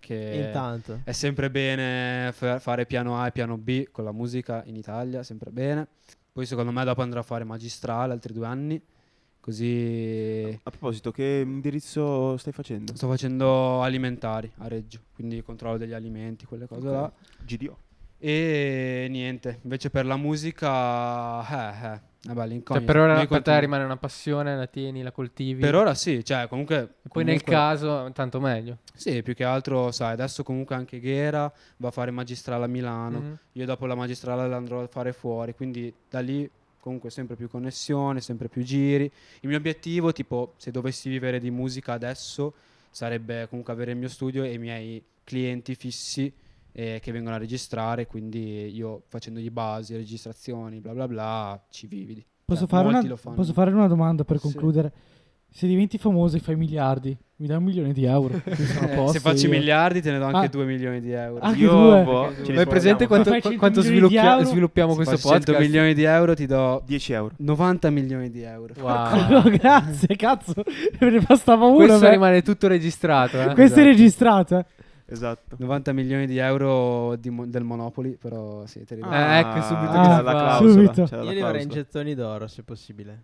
[SPEAKER 3] Che
[SPEAKER 4] Intanto.
[SPEAKER 3] è sempre bene fa- fare piano A e piano B con la musica in Italia, sempre bene. Poi, secondo me, dopo andrò a fare magistrale altri due anni. Così
[SPEAKER 5] A proposito, che indirizzo stai facendo?
[SPEAKER 3] sto facendo alimentari a Reggio, quindi controllo degli alimenti, quelle cose
[SPEAKER 5] Ok.
[SPEAKER 3] là.
[SPEAKER 5] GDO.
[SPEAKER 3] E niente, invece per la musica, eh, eh, vabbè, l'incognito.
[SPEAKER 2] Cioè, per ora
[SPEAKER 3] Noi
[SPEAKER 2] per te
[SPEAKER 3] continuiamo-
[SPEAKER 2] rimane una passione, la tieni, la coltivi.
[SPEAKER 3] Per ora sì, cioè comunque...
[SPEAKER 2] Poi nel
[SPEAKER 3] comunque-
[SPEAKER 2] caso, tanto meglio.
[SPEAKER 3] Sì, più che altro, sai, adesso comunque anche Ghera va a fare magistrale a
[SPEAKER 5] Ah,
[SPEAKER 3] Milano.
[SPEAKER 2] Mhm.
[SPEAKER 3] Io dopo la magistrale la andrò a fare fuori, quindi da lì comunque sempre più connessione, sempre più giri. Il mio obiettivo, tipo, se dovessi vivere di musica adesso, sarebbe comunque avere il mio studio e i miei clienti fissi eh, che vengono a registrare, quindi io facendogli basi, registrazioni, bla bla bla, ci vividi.
[SPEAKER 1] Posso,
[SPEAKER 3] Cioè,
[SPEAKER 1] fare
[SPEAKER 3] molti
[SPEAKER 1] una,
[SPEAKER 3] lo fanno.
[SPEAKER 1] posso fare una domanda per
[SPEAKER 3] Sì.
[SPEAKER 1] concludere? Se diventi famoso e fai miliardi, mi dai un milione di euro. Io sono a
[SPEAKER 3] Eh,
[SPEAKER 1] posto,
[SPEAKER 3] se faccio
[SPEAKER 1] io.
[SPEAKER 3] miliardi te ne do
[SPEAKER 1] Ah.
[SPEAKER 3] anche 2 milioni di euro.
[SPEAKER 1] Anche
[SPEAKER 5] Io
[SPEAKER 1] due.
[SPEAKER 5] boh,
[SPEAKER 3] Anche due.
[SPEAKER 5] ce ne
[SPEAKER 2] Ma hai presente
[SPEAKER 5] sparliamo.
[SPEAKER 2] quanto,
[SPEAKER 1] Ma fai cento
[SPEAKER 2] quanto
[SPEAKER 1] milioni di
[SPEAKER 2] svilupchia-
[SPEAKER 1] euro?
[SPEAKER 2] sviluppiamo questo
[SPEAKER 3] Faccio 100
[SPEAKER 2] podcast?
[SPEAKER 3] milioni di euro ti do
[SPEAKER 5] 10 euro.
[SPEAKER 3] 90 milioni di euro.
[SPEAKER 2] Wow.
[SPEAKER 1] Ah. Grazie, cazzo. Me ne bastava uno.
[SPEAKER 2] Questo
[SPEAKER 1] beh.
[SPEAKER 2] rimane tutto registrato. eh.
[SPEAKER 1] Questo è
[SPEAKER 3] Esatto.
[SPEAKER 1] registrato. eh.
[SPEAKER 5] Esatto.
[SPEAKER 3] 90 milioni di euro di mo- del Monopoly, però sì, te li do.
[SPEAKER 2] Ah, ecco, subito
[SPEAKER 1] Eh, che
[SPEAKER 5] c'era
[SPEAKER 1] si
[SPEAKER 5] la
[SPEAKER 1] fa.
[SPEAKER 5] clausola,
[SPEAKER 1] Subito.
[SPEAKER 5] c'era la
[SPEAKER 4] Io li vorrei in
[SPEAKER 5] clausola.
[SPEAKER 4] gettoni d'oro, se possibile.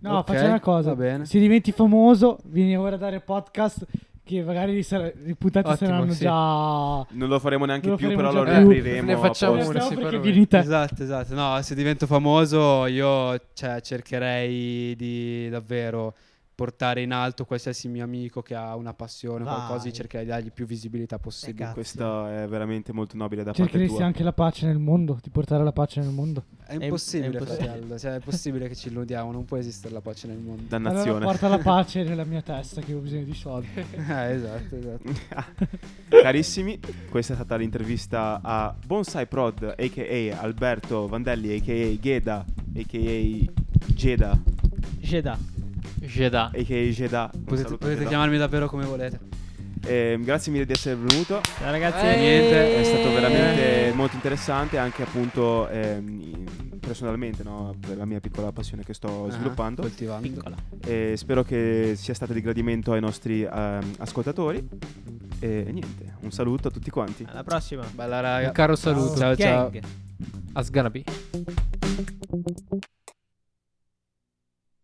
[SPEAKER 1] No,
[SPEAKER 3] Ok,
[SPEAKER 1] faccio una cosa.
[SPEAKER 3] va bene.
[SPEAKER 1] Se diventi famoso, vieni ora a dare podcast che magari li sar- i puntati
[SPEAKER 2] Ottimo,
[SPEAKER 1] saranno
[SPEAKER 2] sì.
[SPEAKER 1] già...
[SPEAKER 5] Non lo faremo neanche
[SPEAKER 1] Non lo
[SPEAKER 5] più,
[SPEAKER 1] faremo
[SPEAKER 5] però lo
[SPEAKER 1] già più.
[SPEAKER 5] riapriremo.
[SPEAKER 2] Ne facciamo
[SPEAKER 5] apposta.
[SPEAKER 2] uno.
[SPEAKER 1] Stiamo
[SPEAKER 2] sì,
[SPEAKER 1] perché
[SPEAKER 2] però-
[SPEAKER 1] vieni te.
[SPEAKER 3] Esatto, esatto. No, se divento famoso io cioè, cercherei di davvero portare in alto qualsiasi mio amico che ha una passione o qualcosa,
[SPEAKER 4] Vai.
[SPEAKER 3] di cercare di dargli più visibilità possibile.
[SPEAKER 5] Esatto.
[SPEAKER 4] cazzo.
[SPEAKER 5] Questa è veramente molto nobile da parte
[SPEAKER 1] Cercheresti
[SPEAKER 5] tua.
[SPEAKER 1] anche la pace nel mondo, di portare la pace nel mondo.
[SPEAKER 3] È impossibile,
[SPEAKER 4] è impossibile.
[SPEAKER 3] fratello. Cioè, è possibile che ci illudiamo, non può esistere la pace nel mondo.
[SPEAKER 1] Allora
[SPEAKER 5] Dannazione.
[SPEAKER 1] porta la pace nella mia testa che ho bisogno di soldi.
[SPEAKER 3] Eh, esatto, esatto.
[SPEAKER 5] Carissimi, questa è stata l'intervista a Bonsai Prod, a.k.a. Alberto Vandelli, a.k.a. Gheda, a.k.a. Geda,
[SPEAKER 4] Jeddah.
[SPEAKER 2] Esatto. Jeddah.
[SPEAKER 5] a.k.a. Geda. Un
[SPEAKER 3] Potete,
[SPEAKER 5] saluto a
[SPEAKER 3] potete
[SPEAKER 5] Geda.
[SPEAKER 3] chiamarmi davvero come volete.
[SPEAKER 5] Ehm, grazie mille di essere venuto.
[SPEAKER 4] Ciao ragazzi.
[SPEAKER 2] Eh,
[SPEAKER 5] Niente, è stato
[SPEAKER 2] Eh.
[SPEAKER 5] veramente molto interessante anche appunto ehm, i- personalmente no, per la mia piccola passione che sto
[SPEAKER 3] Ah,
[SPEAKER 5] sviluppando.
[SPEAKER 3] coltivando.
[SPEAKER 5] E spero che sia stata di gradimento ai nostri ehm, ascoltatori. E niente, un saluto a tutti quanti.
[SPEAKER 4] Alla prossima.
[SPEAKER 3] Bella raga.
[SPEAKER 2] Un caro saluto.
[SPEAKER 3] Ciao, ciao.
[SPEAKER 4] Gang.
[SPEAKER 2] Asganabi.